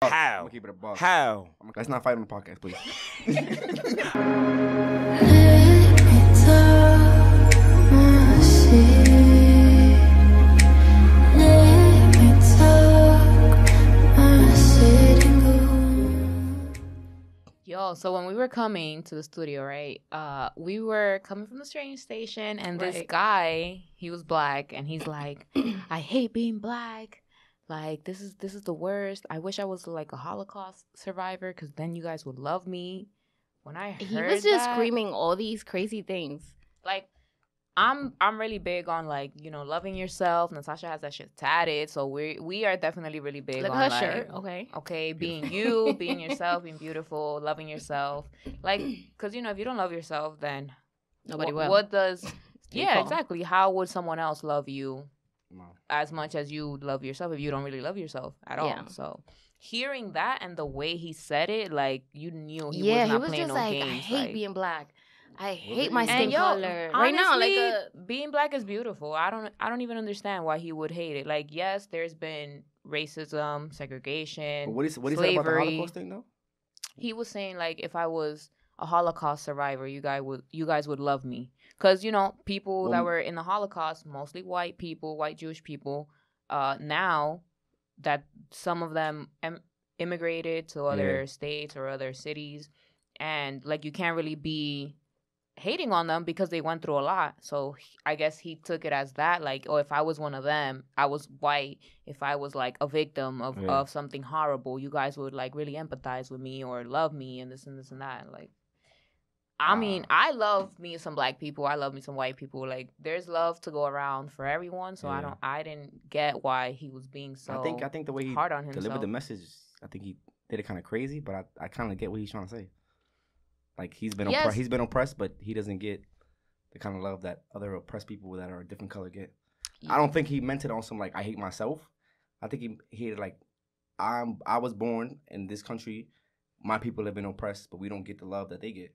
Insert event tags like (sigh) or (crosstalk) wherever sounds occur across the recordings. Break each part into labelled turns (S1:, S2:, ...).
S1: buck. I'm
S2: How?
S1: gonna keep it a buck.
S2: How?
S1: I'm- Let's not fight on the podcast, please.
S3: Yo, so when we were coming to the studio, right? Uh, we were coming from the train station, and this
S4: Right.
S3: guy, he was black, and he's like, (clears throat) "I hate being black. Like this is this is the worst. I wish I was like a Holocaust survivor, because then you guys would love me." When I heard
S4: He was just
S3: that-
S4: screaming all these crazy things.
S3: like I'm I'm really big on like you know loving yourself. Natasha has that shit tatted, so we we are definitely really big
S4: Look
S3: on
S4: at her
S3: like,
S4: shirt. Okay.
S3: Okay, being you, being yourself, being beautiful, loving yourself.
S4: (clears throat)
S3: Like, cause you know if you don't love yourself, then
S4: Nobody
S3: wh-
S4: will. (laughs)
S3: What does? yeah,
S4: fall.
S3: exactly. How would someone else love you
S1: No.
S3: as much as you love yourself if you don't really love yourself at all?
S4: Yeah.
S3: So. Hearing that and the way he said it, like you knew he
S4: yeah,
S3: was not
S4: he was
S3: playing
S4: just
S3: no
S4: like,
S3: games.
S4: I hate
S3: like-
S4: being black. I
S1: Really?
S4: hate my
S1: And
S4: skin
S3: yo,
S4: color. right now, like uh,
S3: honestly,
S4: a,
S3: being black is beautiful. I don't I don't even understand why he would hate it. Like, yes, there's been racism,
S1: But
S3: segregation.
S1: what is what is that about the
S3: Slavery.
S1: Holocaust thing though?
S3: he was saying like if I was a Holocaust survivor, you guys would you guys would love me. Cause you know, people
S1: Well, m-
S3: that were in the Holocaust, mostly white people, white Jewish people, uh now that some of them em- immigrated to other states or other cities and like you can't really be hating on them because they went through a lot so he- i guess he took it as that like oh if i was one of them i was white if i was like a victim of,
S2: Yeah.
S3: of something horrible you guys would like really empathize with me or love me and this and this and that like i mean i love me some black people i love me some white people like there's love to go around for everyone so i
S2: Yeah.
S3: don't i didn't get why he was being so
S1: I think I think the way he
S3: hard on
S1: delivered
S3: himself
S1: the message, I think he did it kind of crazy, but I, I kind of get what he's trying to say. Like he's been oppre-
S3: Yes.
S1: he's been oppressed, but he doesn't get the kind of love that other oppressed people that are a different color get. I don't think he meant it on some like I hate myself. I think he he had, like I'm I was born in this country. My people have been oppressed, but we don't get the love that they get.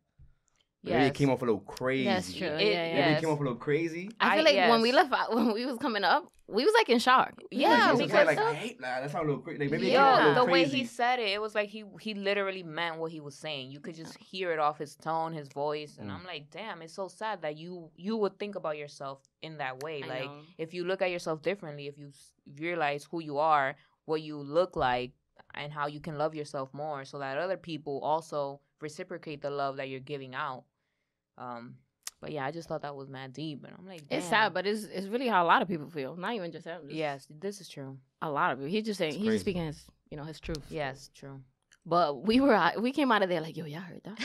S1: Maybe it
S3: Yes.
S1: came off a little crazy.
S4: that's true.
S3: It-
S4: yeah,
S1: Maybe
S4: yeah.
S3: yeah.
S1: it came
S3: Yes.
S1: off a little crazy.
S4: I feel
S3: I-
S4: like when we
S3: yes.
S4: left, (laughs) when we was coming up, we was like in shock. We was
S3: (laughs) Yeah,
S4: like,
S1: It's
S4: "Jesus
S1: just like,
S4: Christ."
S1: like, I hate that. That's how a little crazy. Like, maybe it came off a
S3: yeah,
S1: little
S3: the way
S1: crazy.
S3: he said it, it was like he he literally meant what he was saying. You could just hear it off his tone, his voice, and
S1: Mm.
S3: I'm like, damn, it's so sad that you you would think about yourself in that way.
S4: I
S3: like
S4: know.
S3: if you look at yourself differently, if you s- realize who you are, what you look like, and how you can love yourself more, so that other people also reciprocate the love that you're giving out. Um, but yeah, I just thought that was mad deep, and I'm like,
S4: It's
S3: damn.
S4: sad, but it's it's really how a lot of people feel. Not even just him. just
S3: yes, this is true.
S4: a lot of people. He's just saying
S1: It's
S4: he's
S1: crazy.
S4: just speaking his you know his truth.
S3: Yes, true.
S4: (laughs) But we were out- we came out of there like yo y'all heard
S3: (laughs)
S4: that?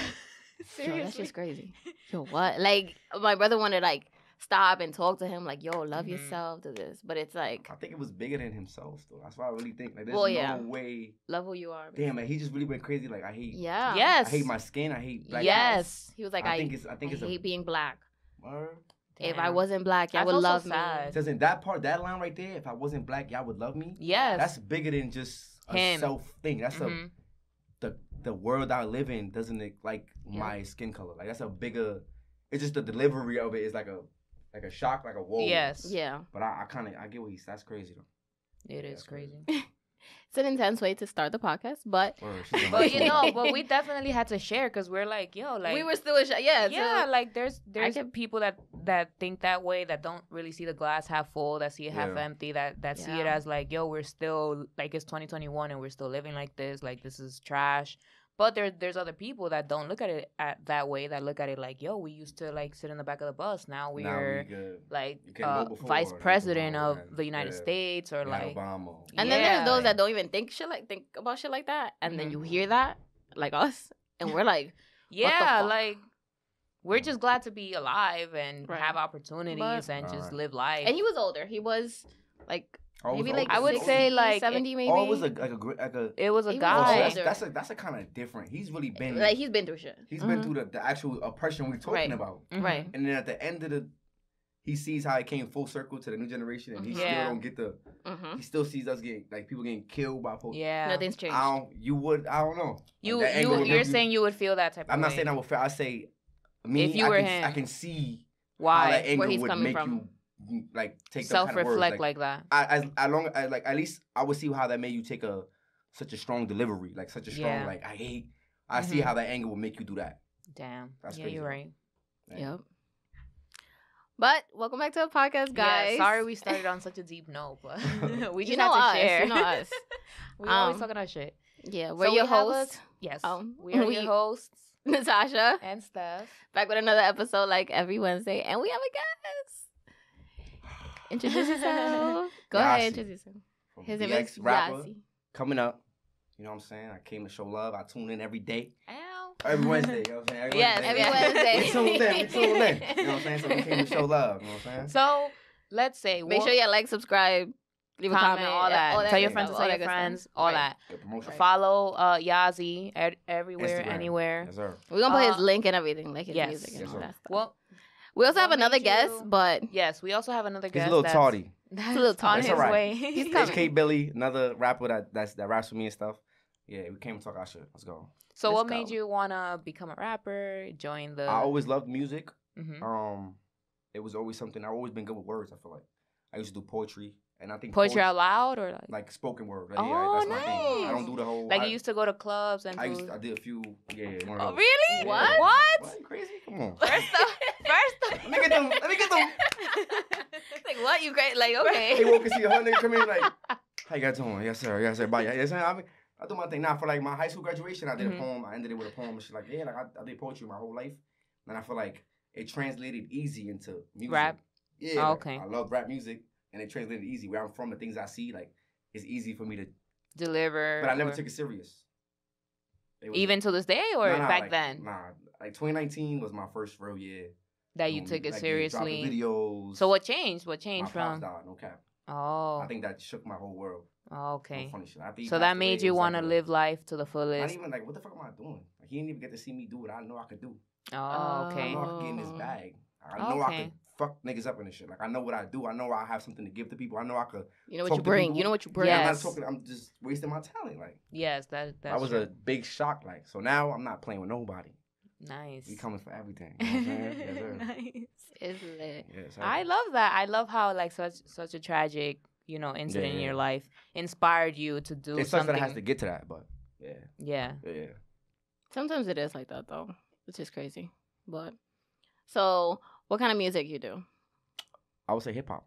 S4: Yo, that's just crazy. Yo what? Like my brother wanted like stop and talk to him like yo love
S1: Mm-hmm.
S3: Mhm.
S4: yourself do this, but it's like
S1: I think it was bigger than himself, though. That's why I really think like there's
S4: Well,
S1: no
S4: yeah.
S1: way.
S4: love who you are.
S1: Damn, man, he just really went crazy. Like I hate,
S4: Yeah.
S3: Yes.
S1: I hate my skin. I hate black.
S3: yes.
S4: He
S1: people.
S4: was like
S1: I,
S4: I
S1: think it's. I think
S4: I
S1: it's
S4: hate
S1: a.
S4: being black.
S1: Word.
S4: If I
S3: Damn.
S4: wasn't black, y'all
S3: I
S4: would
S3: feel so
S4: love
S3: sad.
S4: me.
S1: Because in that part, that line right there, if I wasn't black, y'all would love me.
S3: Yes.
S1: That's bigger than just a
S3: Him.
S1: self thing. That's
S3: Mhm.
S1: a the the world I live in doesn't it, like
S4: Yeah.
S1: my skin color. Like that's a bigger. It's just the delivery of it is like a like a shock, like a whoa.
S3: Yes.
S4: Yeah.
S1: But I, I kind of I get what he's. That's crazy though.
S3: It is
S1: That's crazy.
S3: crazy.
S4: It's an intense way to start the podcast, but
S1: Word, she's a
S3: but
S1: nice
S3: you
S1: one. (laughs)
S3: know,
S4: (laughs)
S3: but we definitely had to share because we're like, yo, like
S4: we were still in shock. Yeah.
S3: yeah,
S4: so-
S3: like there's there's
S4: can-
S3: people that that think that way that don't really see the glass half full, that see it half
S1: Yeah.
S3: empty, that that see it
S4: Yeah.
S3: as like, yo, we're still like it's 2021 and we're still living like this, like this is trash. But there there's other people that don't look at it at that way, that look at it like, yo, we used to like sit in the back of the bus, now we're
S1: Now we good.
S3: like
S1: You can
S3: uh,
S1: go before
S3: vice
S1: and after
S3: president of
S1: Obama and-
S3: the United
S1: yeah.
S3: States or
S1: Not
S3: like
S1: Obama.
S4: And then
S3: Yeah.
S4: there's those that don't even think shit like think about shit like that, and then
S3: Mhm.
S4: you
S1: Mm-hmm.
S4: hear that, like us, and we're like,
S3: (laughs) Yeah,
S4: fuck?
S3: like we're just glad to be alive and
S4: Right.
S3: have opportunities and just
S1: Alright.
S3: live life.
S4: and he was older. He was like
S1: Oh, it was
S4: maybe
S1: an
S4: like
S1: older-
S3: I would
S1: older-
S4: 60,
S3: say, like,
S4: 70 maybe.
S1: Oh, it was a, like a gr- like a.
S3: it was a
S4: He was
S1: Oh,
S3: guy.
S1: that's,
S4: older. Eh,
S1: that's a that's a kind of different. He's really been
S4: like he's been through shit,
S1: he's
S3: Mhm.
S1: been through the, the actual oppression we're talking
S4: Right. Mm-hmm.
S1: about,
S3: Mhm.
S4: right?
S1: and then at the end of the, he sees how it came full circle to the new generation, and he
S4: Mhm.
S1: still
S3: Yeah.
S1: don't get the.
S4: Mm-hmm.
S1: He still sees us getting like people getting killed by folks.
S3: Yeah.
S4: Nothing's changed.
S1: I don't. You would. I don't know.
S3: you
S1: That
S3: you
S1: angle would
S3: you're
S1: make you-
S3: saying you would feel that type of
S1: I'm not
S3: way.
S1: saying I would. fail. I say. Me,
S3: If you
S1: I
S3: were
S1: can,
S3: him.
S1: I can see how that
S3: why
S1: angle
S4: he's
S1: would
S4: coming
S1: make
S4: from.
S1: you mm, like take those
S3: self
S1: kind of words.
S3: reflect
S1: Like,
S3: like, that.
S1: I, as as long as like at least I would see how that made you take a such a strong delivery, like such a strong
S3: Yeah.
S1: like I hate. I see
S3: Mhm.
S4: Mm-hmm.
S1: how that anger will make you do that.
S3: Damn.
S1: That's
S3: yeah, you're right.
S1: crazy. Like,
S4: Yep. But welcome back to the podcast, guys.
S3: Yeah, sorry we started on such a deep note,
S4: (laughs)
S3: but (laughs) we just
S4: you know
S3: had to
S4: us.
S3: share.
S4: You know us.
S3: (laughs) we always
S4: Um,
S3: talking our shit.
S4: Yeah, we're
S3: So
S4: your
S3: we have a-
S4: hosts, (laughs)
S3: Yes.
S4: Oh,
S3: we are
S4: we-
S3: your hosts
S4: Natasha,
S3: and Steph.
S4: back with another episode like every Wednesday, and we have a guest.
S3: (laughs)
S4: Introduce yourself. Go
S1: Yassi.
S4: ahead, introduce yourself.
S1: from
S4: His name
S1: BX
S4: is
S1: rapper
S4: Yassi.
S1: coming up. You know what I'm saying? I came to show love. I tune in every day,
S3: Ow.
S4: (laughs)
S1: every Wednesday. You know what I'm saying? Every
S4: Yes,
S1: Wednesday.
S4: every Wednesday.
S1: we tuned in. We tuned in. You know what I'm saying? So we came to show
S4: (laughs)
S1: love. You know what I'm saying?
S3: So let's say
S4: Make sure you like, subscribe, leave a comment,
S3: all that. tell your friends to
S4: stuff,
S3: tell
S4: all
S3: your
S4: that good
S3: friends,
S4: stuff.
S3: all
S4: Right.
S3: that.
S1: Good promotion.
S3: Follow uh, Yazi ed- everywhere,
S1: Instagram.
S3: anywhere.
S1: Yes, sir.
S4: We're gonna put
S3: Uh,
S4: his link and everything, like his
S3: yes.
S4: music and
S1: Yes,
S4: all
S1: sir.
S4: that. Stuff.
S3: Well,
S4: we also
S3: what
S4: have another
S3: made
S4: guest,
S3: you- (laughs)
S4: but
S3: yes, we also have another
S1: He's
S3: guest.
S1: a little
S3: that's, (laughs)
S1: tardy.
S3: That's
S4: He's a little
S3: on
S4: tardy.
S1: It's
S3: his
S1: all right.
S3: way.
S4: He's coming.
S1: HK Billy, another rapper that that's that raps with me and stuff. Yeah, we came to talk our shit. Let's go.
S3: So,
S4: Let's
S3: what made
S4: go.
S3: you wanna become a rapper? Join the.
S1: I always loved music.
S3: Mhm.
S1: Um, it was always something I've always been good with words. I feel like I used to do poetry, and I think
S3: poetry out loud or like, like,
S1: like spoken word. Like,
S3: Oh,
S1: yeah, that's my thing. I
S3: nice.
S1: don't do the whole. I,
S3: you used to go to clubs and.
S1: I used
S3: do-
S1: I did a few. Yeah, yeah, one of
S3: oh,
S1: those.
S3: really?
S1: Yeah.
S4: What?
S1: What? You crazy? Come on.
S3: (laughs) First off,
S1: (laughs)
S3: first
S1: Let me get them. Let me get them.
S4: like what you great? Like
S1: They
S4: okay,
S1: walk and see a hundred come in like, how you guys doing? Yes sir. Yes sir. Bye. Yes sir. I mean, I do my thing now. For like my high school graduation, I did
S3: Mhm.
S1: a poem. I ended it with a poem. And she's like, yeah, like I, I did poetry my whole life, and I feel like it translated easy into music.
S3: Rap?
S1: Yeah.
S3: Oh,
S1: like,
S3: okay.
S1: I love rap music, and it translated easy. Where I'm from, the things I see, like it's easy for me to.
S3: deliver.
S1: But I never
S3: or-
S1: took it serious. It was-
S3: even to this day or
S1: Nah, nah,
S3: back
S1: like,
S3: then
S1: Nah, like 2019 was my first real year.
S3: that you
S1: Um,
S3: took it
S1: like, yeah, dropping
S3: seriously.
S1: Videos.
S3: So what changed? What
S1: My pops
S3: changed from?
S1: died. No cap.
S3: Oh,
S1: I think that shook my whole world.
S3: okay.
S1: Funny shit. After he
S3: So
S1: passed
S3: that
S1: away,
S3: made
S1: it
S3: you
S1: was
S3: want
S1: like
S3: to
S1: a-
S3: live life to the
S1: Not
S3: fullest.
S1: even like what the fuck am I doing? Like he didn't even get to see me do what I know I could do.
S3: Oh,
S1: I
S3: okay.
S1: know I could get in this
S4: Oh.
S1: bag. I know I
S3: Okay.
S1: could fuck niggas up in this shit. Like I know what I do. I know I have something to give to people. I know I could.
S4: you know what
S1: Talk
S4: you
S1: to
S4: bring.
S1: people.
S4: You know what you bring.
S1: Yeah. I'm
S3: Yes.
S1: not talking. I'm just wasting my talent. Like
S3: Yes, that that's
S1: that was a
S3: true.
S1: big shock. Like so now I'm not playing with nobody.
S3: nice. (laughs)
S1: We coming for everything. You know what I'm saying? Yes, sir.
S3: nice.
S4: It's lit.
S1: Yes, sir.
S3: I love that. I love how like such such a tragic you know incident in
S1: Yeah.
S3: your life inspired you to do
S1: It sucks
S3: something.
S1: that it has to get to that, but yeah,
S3: yeah.
S1: yeah. yeah.
S4: Sometimes it is like that though, which is crazy. But so, what kind of music you do?
S1: I would say hip hop.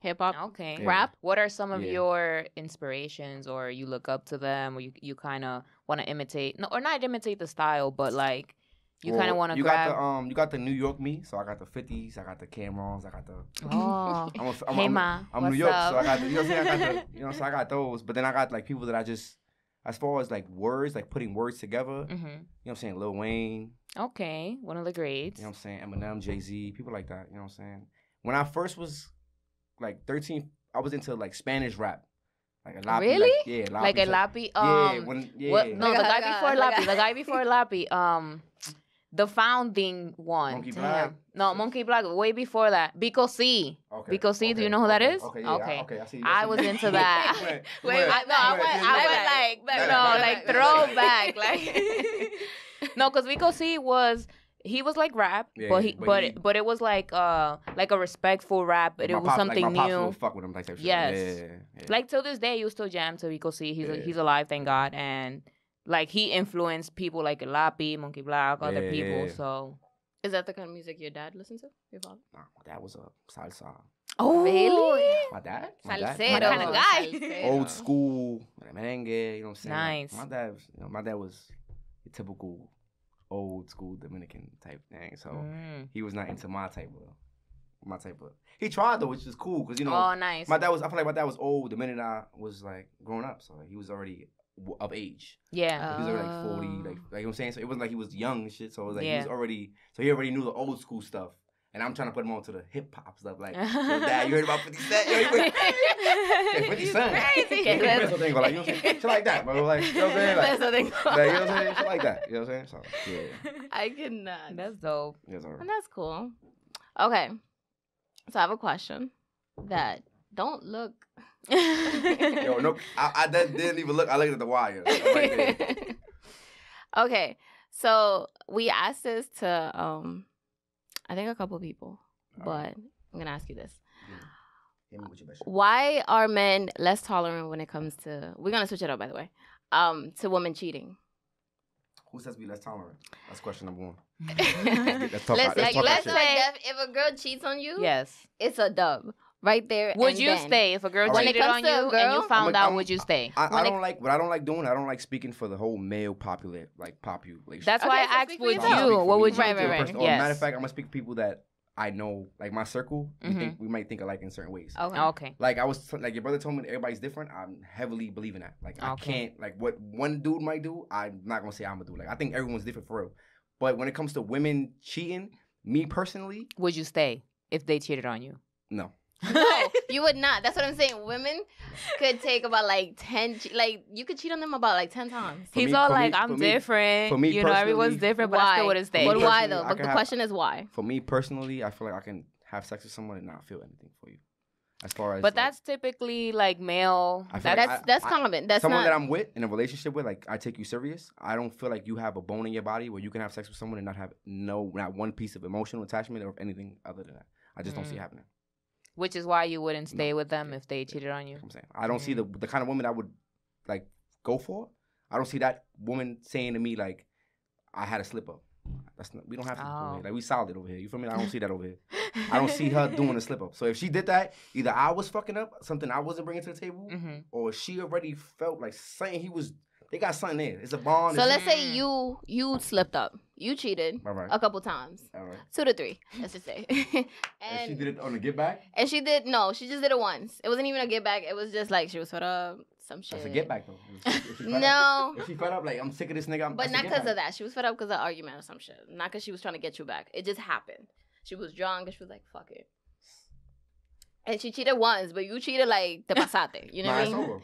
S4: Hip hop,
S3: Okay.
S1: Yeah.
S4: rap.
S3: What are some of
S1: Yeah.
S3: your inspirations, or you look up to them, or you, you kind of want to imitate, no, or not imitate the style, but like you kind of want to
S1: You
S3: grab.
S1: got the um, you got the New York me. So I got the fifties. I got the Camerons. I got the.
S3: oh,
S1: I'm, a, I'm,
S3: hey
S1: I'm,
S3: ma,
S1: I'm
S3: what's
S1: New York,
S3: up?
S1: so I got the, you know, what I'm saying? I got
S3: (laughs)
S1: the, you know, what I'm saying? I got those. But then I got like people that I just, as far as like words, like putting words together. You know
S3: hmm
S1: what I'm saying? Lil Wayne.
S3: Okay, one of the grades.
S1: You know what I'm saying? Eminem, Jay Z, people like that. You know what I'm saying? When I first was like 13, I was into like Spanish rap, like a lot.
S4: Really?
S1: Like, yeah,
S3: like a
S1: Lapi,
S3: lappy.
S1: yeah,
S3: Um,
S1: when yeah,
S3: what? No,
S4: Like a-
S3: the guy
S4: like a-
S3: before
S4: like a-
S3: lappy.
S4: (laughs)
S3: The guy before lappy. Um, the founding one.
S1: Monkey
S3: Damn.
S1: Black.
S3: No, Monkey Black. Way before that, Bico C.
S1: okay,
S3: Because see, do you know who that
S1: okay,
S3: is?
S1: Okay, yeah, I-
S3: Okay.
S1: okay, I see.
S3: I
S1: see. (laughs)
S3: was into that.
S1: You
S3: (laughs)
S1: went- you
S4: Wait,
S1: went-
S3: I, no, I
S1: you
S3: went,
S1: you
S3: I went like,
S1: back, back,
S3: no, like
S1: back,
S3: throwback, like (laughs) no, because Vico C was he was like rap,
S1: Yeah,
S3: but he
S1: but
S3: but
S1: he-
S3: it, but it was like uh like a respectful rap, but
S1: My
S3: it was
S1: pops-
S3: something
S1: like, my pops
S3: new.
S1: would fuck with him like that.
S3: Yes.
S1: Yeah, yeah, yeah.
S3: Like till this day, you still jam to Vico C. He's
S1: Yeah.
S3: he's alive, thank God, and like he influenced people like Lapi, Monkey Black, other
S1: Yeah,
S3: people.
S1: yeah.
S3: So
S4: Is that the kind of music your dad listens to? Your father?
S1: Nah, that was a salsa.
S3: oh
S4: Really?
S1: My dad, my dad, my
S4: Salsero.
S1: dad
S3: Kind of
S1: was-
S3: guy. (laughs)
S4: Salsero.
S1: old school merengue. You know what I'm saying?
S3: Nice.
S1: My dad, was, you know, my dad was a typical old school Dominican type thing. So
S3: Mm.
S1: he was not into my type of my type of. He tried though, which is cool because you know
S3: oh nice.
S1: my dad was. I feel like my dad was old the minute I was like growing up. So he was already w- of age.
S3: yeah.
S1: (laughs) Like, he was already like 40.
S4: Oh.
S1: Like, like you know what I'm saying. So it wasn't like he was young and shit. So it was like he was
S3: Yeah.
S1: already. So he already knew the old school stuff. And I'm trying to put him on to the hip hop stuff. Like, yo, dad, you heard about 50 Cent? Yo, you heard-
S3: (laughs)
S1: Yeah, 50 Cent. (laughs)
S3: Crazy.
S1: Yeah, that's the thing, but like, you
S3: (laughs)
S1: know what I'm saying? Shit like that, bro. Like, you know what I'm saying? Like,
S4: That's the thing.
S1: (laughs) like, you know what I'm saying? Shit like that. You know what I'm saying? So, yeah.
S4: I cannot.
S3: (laughs) That's dope.
S1: Yes, sir.
S4: And that's cool. Okay. So I have a question that don't
S3: (laughs)
S4: look.
S1: Yo, no, I, I that didn't even look. I looked at the wire. Like, right
S3: (laughs)
S1: there.
S4: (laughs) okay. So we asked this to um I think a couple people, but I'm gonna ask you this.
S1: Hit me with your best shit.
S4: Why are men less tolerant when it comes to we're gonna switch it up by the way. um, to women cheating? (laughs)
S1: Who says we less tolerant? That's question number one.
S3: (laughs)
S4: let's
S1: (laughs) Let's talk about, let's
S4: like,
S1: talk
S4: let's
S1: about
S4: say
S1: shit.
S4: if, if a girl cheats on you,
S3: yes.
S4: it's a dub right there.
S3: Would
S4: and
S3: you
S4: then.
S3: stay if a girl
S1: When it
S3: cheated
S4: comes
S3: on
S4: to a
S3: you and you
S4: girl-
S1: I'm
S3: found
S1: like,
S3: out?
S1: I'm-
S3: would you stay?
S1: I, I
S4: when it-
S1: don't like what I don't like doing. I don't like speaking for the whole male populate like population.
S3: That's
S4: Okay,
S3: why
S4: so
S3: I
S4: speak
S3: asked,
S4: for
S3: would
S1: So I'm gonna
S4: yourself.
S3: you?
S1: speak for
S3: What
S1: me,
S3: would
S1: I'm
S4: Right,
S1: gonna
S3: you do?
S1: speak for
S4: right, right.
S1: the person. Or
S3: Yes.
S1: matter of fact, I'm gonna speak for people that I know, like my circle.
S3: Mhm.
S1: We think we might think alike in certain ways.
S4: Okay.
S3: Okay.
S1: Like I was t- like your brother told me that everybody's different. I'm heavily believing that. Like I
S3: Okay.
S1: can't like what one dude might do. I'm not gonna say I'm gonna do. Like I think everyone's different for real. But when it comes to women cheating, me personally,
S3: Would you stay if they cheated on you? (laughs)
S1: no.
S4: (laughs) No, you would not. That's what I'm saying. (laughs) Women could take about like ten. Che- like you could cheat on them about like ten times.
S1: For
S3: He's
S1: me-
S3: all
S1: for me-
S3: like, I'm
S1: for me-
S3: different.
S1: for me
S3: you know, everyone's
S1: personally-
S3: different, but I still
S4: Why?
S3: wouldn't stay.
S1: For
S4: But
S1: me
S4: why
S1: personally,
S4: though?
S1: I
S4: But
S1: could
S4: the
S1: have-
S4: question is why.
S1: For me personally, I feel like I can have sex with someone and not feel anything for you. As far as like,
S3: But that's typically like male.
S1: I feel
S3: That's,
S1: like
S4: That's that's
S1: I-
S4: common. That's
S1: someone
S4: not.
S1: that I'm with in a relationship with, like I take you serious. I don't feel like you have a bone in your body where you can have sex with someone and not have no not one piece of emotional attachment or anything other than that. I just don't see
S3: Mm.
S1: it happening.
S3: which is why you wouldn't
S1: No.
S3: stay with them if they cheated on you.
S1: I'm saying I don't see the the kind of woman I would like go for. I don't see that woman saying to me like, "I had a slip up." That's not, we don't have to over
S3: Oh.
S1: here. like we solid over here. You feel me? I don't see that over here.
S4: (laughs)
S1: I don't see her doing a slip up. So if she did that, either I was fucking up something I wasn't bringing to the table,
S4: Mm.
S3: hmm
S1: or she already felt like something he was. They got something there. It's a bond.
S4: So
S1: it's-
S4: let's say you you slipped up. You cheated
S1: all right,
S4: a couple times,
S1: all right.
S4: two to three. Let's just say.
S1: And,
S4: (laughs) and
S1: she did it on the get back.
S4: and she did no. She just did it once. It wasn't even a get back. It was just like she was fed up. Some shit.
S1: That's a get back though. If she- if
S4: (laughs)
S1: she fed up- (laughs)
S4: No.
S1: If she fed up, like I'm sick of this nigga. I'm,
S4: But
S1: that's a
S4: not
S1: get
S4: because
S1: back.
S4: of that. She was fed up because of argument or some shit. Not because she was trying to get you back. It just happened. She was drunk and she was like, fuck it. And she cheated once, but you cheated like
S1: (laughs)
S4: te pasate. You know
S1: Nah,
S4: what I
S1: it's
S4: mean?
S1: over.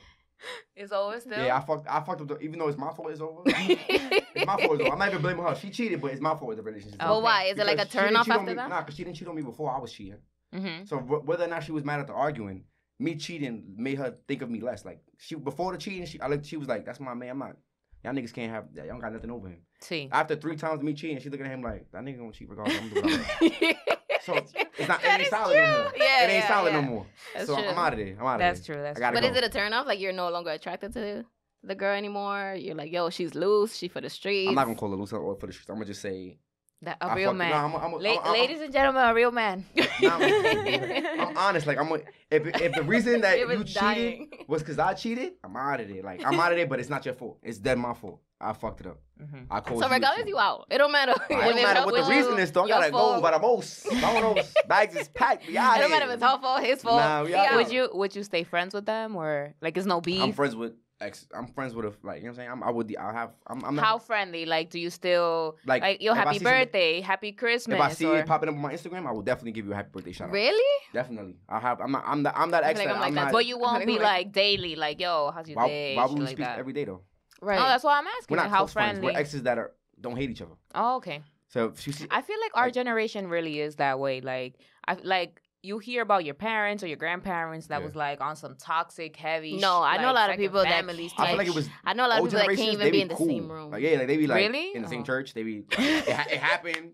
S3: It's always still.
S1: Yeah, I fucked. I fucked up. The, even though it's my fault, it's
S4: (laughs)
S1: over. it's my fault. It's over. I'm not even blaming her. She cheated, but it's my fault. The relationship.
S3: Oh,
S4: But why? Is it like a
S1: Because she didn't
S4: turn off
S1: cheat on
S4: after
S1: me-
S4: that?
S1: Nah, because she didn't cheat on me before I was cheating.
S3: mm-hmm.
S1: So wh- whether or not she was mad at the arguing, me cheating made her think of me less. Like she before the cheating, she I looked, she was like, "That's my man. I'm not. Y'all niggas can't have. Y'all don't got nothing over him."
S3: See. (laughs)
S1: After three times of me cheating, she looking at him like, "That nigga gonna cheat regardless." I'm doing
S4: (laughs)
S1: it." so it's not. It
S4: That
S1: ain't
S4: is
S1: solid no
S4: true.
S1: more.
S4: Yeah,
S1: it ain't
S4: yeah,
S1: solid
S4: yeah.
S1: no more.
S4: That's
S1: so
S4: true.
S1: I'm out of there. I'm out of there.
S3: That's true. That's
S1: I gotta
S4: But
S1: go.
S4: is it a turn off? Like you're no longer attracted to the girl anymore? You're like, yo, she's loose. She for the streets.
S1: I'm not gonna call her loose or for the streets. I'm gonna just say
S3: that,
S1: I
S3: a real
S1: fucked-
S3: man.
S1: Nah, I'm, a- I'm, a-
S3: La-
S1: I'm, a- I'm,
S3: ladies and gentlemen, a real (laughs) man.
S1: Nah,
S4: (laughs)
S1: I'm honest. Like I'm. A, if if the reason that
S4: It was
S1: you cheated
S4: dying.
S1: was because I cheated, I'm out of there. Like I'm out of there. But it's not your fault. It's dead my fault. I fucked it up.
S3: Mhm.
S1: I called
S4: So regardless, you out. It don't matter. (laughs) It
S1: It don't matter what the reason is. Though I
S4: your
S1: gotta go
S4: fault.
S1: by the most.
S4: (laughs)
S1: Domino's bags is packed. We out
S4: It don't matter if
S1: here.
S4: it's her fault, his fault.
S1: Nah, we
S4: he
S1: out.
S4: out.
S3: Would you would you stay friends with them or like it's no beef?
S1: I'm friends with ex. I'm friends with a like. You know what I'm saying? I'm, I would. I have. I'm. I'm not-
S3: How friendly? Like, do you still
S1: like,
S3: like, yo?
S1: if I
S3: Happy
S1: see somebody-
S3: birthday, happy Christmas.
S1: If I see
S3: or,
S1: it popping up on my Instagram, I will definitely give you a happy birthday shout out.
S4: Really? Oh,
S1: Definitely. I have. I'm not. I'm not. I'm not
S4: I
S1: ex.
S4: feel like
S1: that
S4: I'm
S1: I'm
S4: like that.
S1: not.
S3: but you won't be
S4: Like-
S3: like daily, like yo, how's your
S1: Why,
S3: day?
S1: why
S3: shit
S1: would we
S3: like
S1: speak
S3: that.
S1: every day though?
S4: Right.
S3: No, that's why I'm asking.
S1: We're
S3: Like,
S1: not
S3: how
S1: close friends.
S3: friendly?
S1: We're exes that are don't hate each other.
S3: oh, okay.
S1: So if you see,
S3: I feel like our
S1: Like-
S3: generation really is that way. Like, I like you hear about your parents or your grandparents that
S1: Yeah.
S3: was like on some toxic,
S4: No,
S3: heavy. sh-
S4: I know a
S3: like,
S4: lot of
S3: second
S4: people that
S3: families
S1: (laughs) I
S3: type
S1: feel like it was
S4: I know a lot of
S1: old
S4: people that can't
S1: generations.
S4: even
S1: they
S4: be
S1: be
S4: in the
S1: cool.
S4: same room. Oh.
S1: Like yeah, like they be like
S3: Really?
S1: in the same
S3: Uh-huh.
S1: church. They
S4: (laughs)
S1: be it, ha- it happened.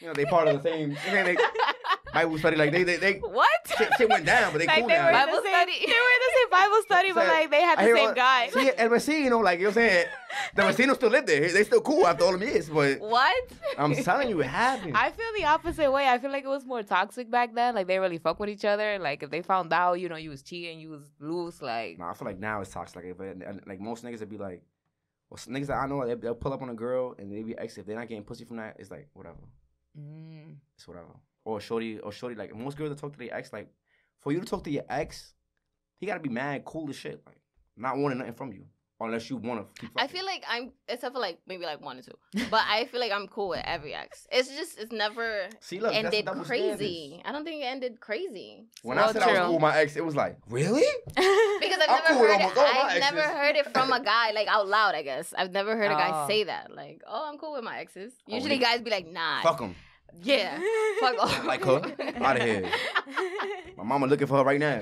S1: You know, they part of the same. You know, they Bible study. Like they they, they
S3: (laughs) what?
S1: (laughs) shit, shit went down, but they
S3: like
S1: cool
S3: they were
S1: now.
S3: in
S4: Bible
S3: the same,
S4: study.
S3: (laughs) They were in the same
S1: (laughs)
S3: Bible study, but
S1: So,
S3: like they had
S1: I
S3: the
S1: hear
S3: same
S1: all- (laughs)
S3: guy. (laughs)
S1: See, El Vecino, like you know what I'm saying? The Vecino still live there. They still cool after all them years, but
S4: what? (laughs)
S1: I'm telling you, it happened.
S3: I feel the opposite way. I feel like it was more toxic back then. Like they really fuck with each other. Like if they found out, you know, you was cheating, you was loose. Like
S1: Nah, I feel like now it's toxic. Like, if, like most niggas would be like, well, some niggas that I know, they, they'll pull up on a girl and they be ex. If they're not getting pussy from that, it's like whatever.
S4: (laughs)
S3: mm,
S1: It's whatever. Or shorty, or shorty. Like most girls that talk to their ex, like for you to talk to your ex, he gotta be mad, cool as shit, like not wanting nothing from you unless you want to.
S4: I feel like I'm, except for like maybe like one
S1: (laughs)
S4: or two, but I feel like I'm cool with every ex. It's just, it's never
S1: See, look, that's
S4: ended
S1: double
S4: crazy.
S1: standards.
S4: I don't think it ended crazy.
S1: When
S3: Well,
S1: I said I was
S3: true.
S1: cool with my ex, it was like, really?
S4: Because
S1: I'm
S4: I've never
S1: cool with
S4: heard it.
S1: almost all my
S4: I've never
S1: exes.
S4: heard it from a guy like out loud. I guess I've never heard a guy
S3: Oh.
S4: say that. Like, oh, I'm cool with my exes.
S1: Oh,
S4: Usually,
S1: wait.
S4: guys be like, nah,
S1: Fuck him.
S4: yeah,
S1: (laughs)
S4: fuck (laughs) off.
S1: Like her? Outta here.
S3: (laughs)
S1: My mama looking for her right now.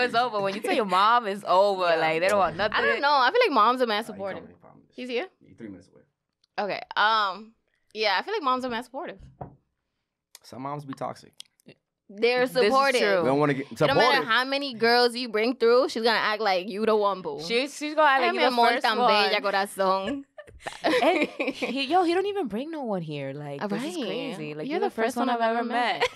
S1: (laughs)
S3: it's over. When you tell your mom, it's over.
S4: Yeah.
S3: Like they don't want nothing.
S4: (laughs) I don't know. I feel like moms are mad
S1: Nah, you
S4: supportive.
S1: can't really promise.
S4: He's here.
S1: You three minutes away.
S4: Okay. Um. Yeah, I feel like moms are mad supportive.
S1: Some moms be toxic.
S4: They're
S3: This is
S4: supported.
S1: We
S3: true.
S1: don't want to get
S4: No
S1: supported.
S4: matter how many girls you bring through, she's gonna act like you the one boo.
S3: She, she's gonna act like
S4: Ay,
S3: you
S4: mi
S3: the
S4: amor
S3: first
S4: tan bella
S3: one.
S4: corazón.
S3: And
S4: (laughs)
S3: he, yo, he don't even bring no one here. Like
S4: All
S3: this is
S4: right.
S3: crazy. Like you're, the, first one I've ever met.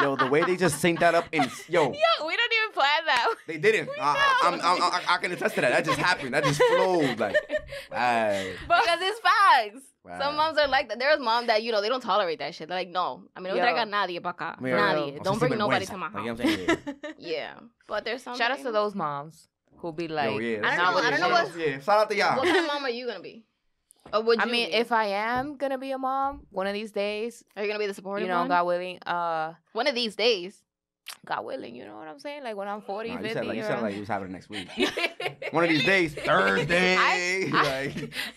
S1: yo, the way they just synced that up in yo,
S3: yo, (laughs) we don't even plan that.
S1: they didn't. Uh, I, I, I'm, I'm, I, I can attest to that. That just happened. That just flowed like. Right,
S4: because it's facts.
S1: right.
S4: Some moms are like that. There's mom that you know they don't tolerate that shit. They're like, no, I mean,
S3: Yo.
S4: I got nadie pa acá.
S1: Mira,
S4: Nadie.
S1: o sea,
S4: Don't
S1: sí
S4: bring
S1: vergüenza.
S4: nobody to my
S1: Like, you know
S4: house.
S1: what I'm
S4: (laughs)
S1: saying?
S4: Yeah, but there's (laughs) some.
S3: Shout out to those moms who be like,
S1: yo, yeah,
S4: I
S1: that's
S4: don't know,
S1: good.
S4: I don't know
S1: Shout out- yeah, shout out to
S4: What
S1: y'all.
S4: kind of mom are you gonna be? Or would
S3: I
S4: you
S3: mean,
S4: be?
S3: if I am gonna be a mom one of these days,
S4: are you gonna be the supportive
S3: you know,
S4: one?
S3: God willing, uh,
S4: one of these days.
S3: (laughs) God willing, you know what I'm saying? Like when I'm 40,
S1: Nah,
S3: 50,
S1: you said like you
S3: or-
S1: said like it was happening next
S4: (laughs)
S1: week.
S3: I,
S1: One of these days, Thursday.
S3: I-
S1: (laughs)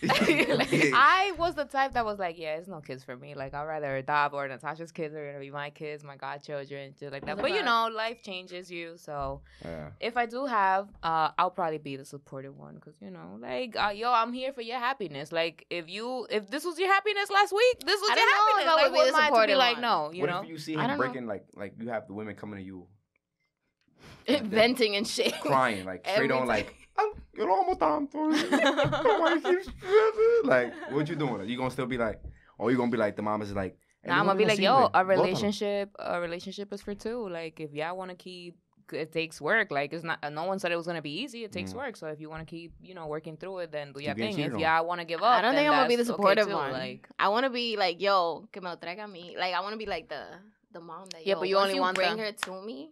S4: (laughs)
S3: (laughs)
S1: like,
S3: was the type that was like, yeah, it's no kids for me. Like I'd rather adopt or Natasha's kids are gonna be my kids, my godchildren, shit like that.
S4: That's a
S3: But you
S4: fact.
S3: know, life changes you. So
S1: Yeah.
S3: if I do have, uh, I'll probably be the supportive one because you know, like, uh, yo, I'm here for your happiness. Like if you, if this was your happiness last week, this was
S4: I
S3: your
S4: don't know if
S3: happiness.
S4: I
S3: like,
S4: would be
S3: what
S4: the
S3: am I to be
S4: supportive
S3: like,
S4: one.
S3: no, you
S1: what
S3: know?
S1: if you see
S4: I
S1: him
S4: don't know.
S1: breaking like like you have the women coming to
S4: (laughs)
S1: you
S4: Venting and shit.
S1: crying like straight
S4: Every
S1: on
S4: time.
S1: like I'm you're almost time for
S4: (laughs)
S1: (laughs) it. My wife keeps stressing. like what you doing? Are you gonna still be like or you gonna be like the mom is like "Hey,
S3: Nah, I'm
S1: what
S3: gonna be
S1: you
S3: like,
S1: see,
S3: yo, a
S1: both of 'em."
S3: relationship, a relationship is for two. Like, if y'all want to keep, it takes work. Like, it's not. No one said it was gonna be easy. It takes
S1: Mm.
S3: work. So if you want to keep, you know, working through it, then do your
S1: Keep getting
S3: thing. If
S1: cheated on.
S3: y'all want to give up,
S4: I don't think
S3: then
S4: I'm gonna be the
S3: that's okay,
S4: supportive
S3: too.
S4: one.
S3: Like,
S4: I want to be like, yo, que me lo traiga a mí. Like, I want to be like the the mom that.
S3: Yeah,
S4: yo,
S3: but you
S4: once
S3: only want
S4: bring
S3: them.
S4: her to me.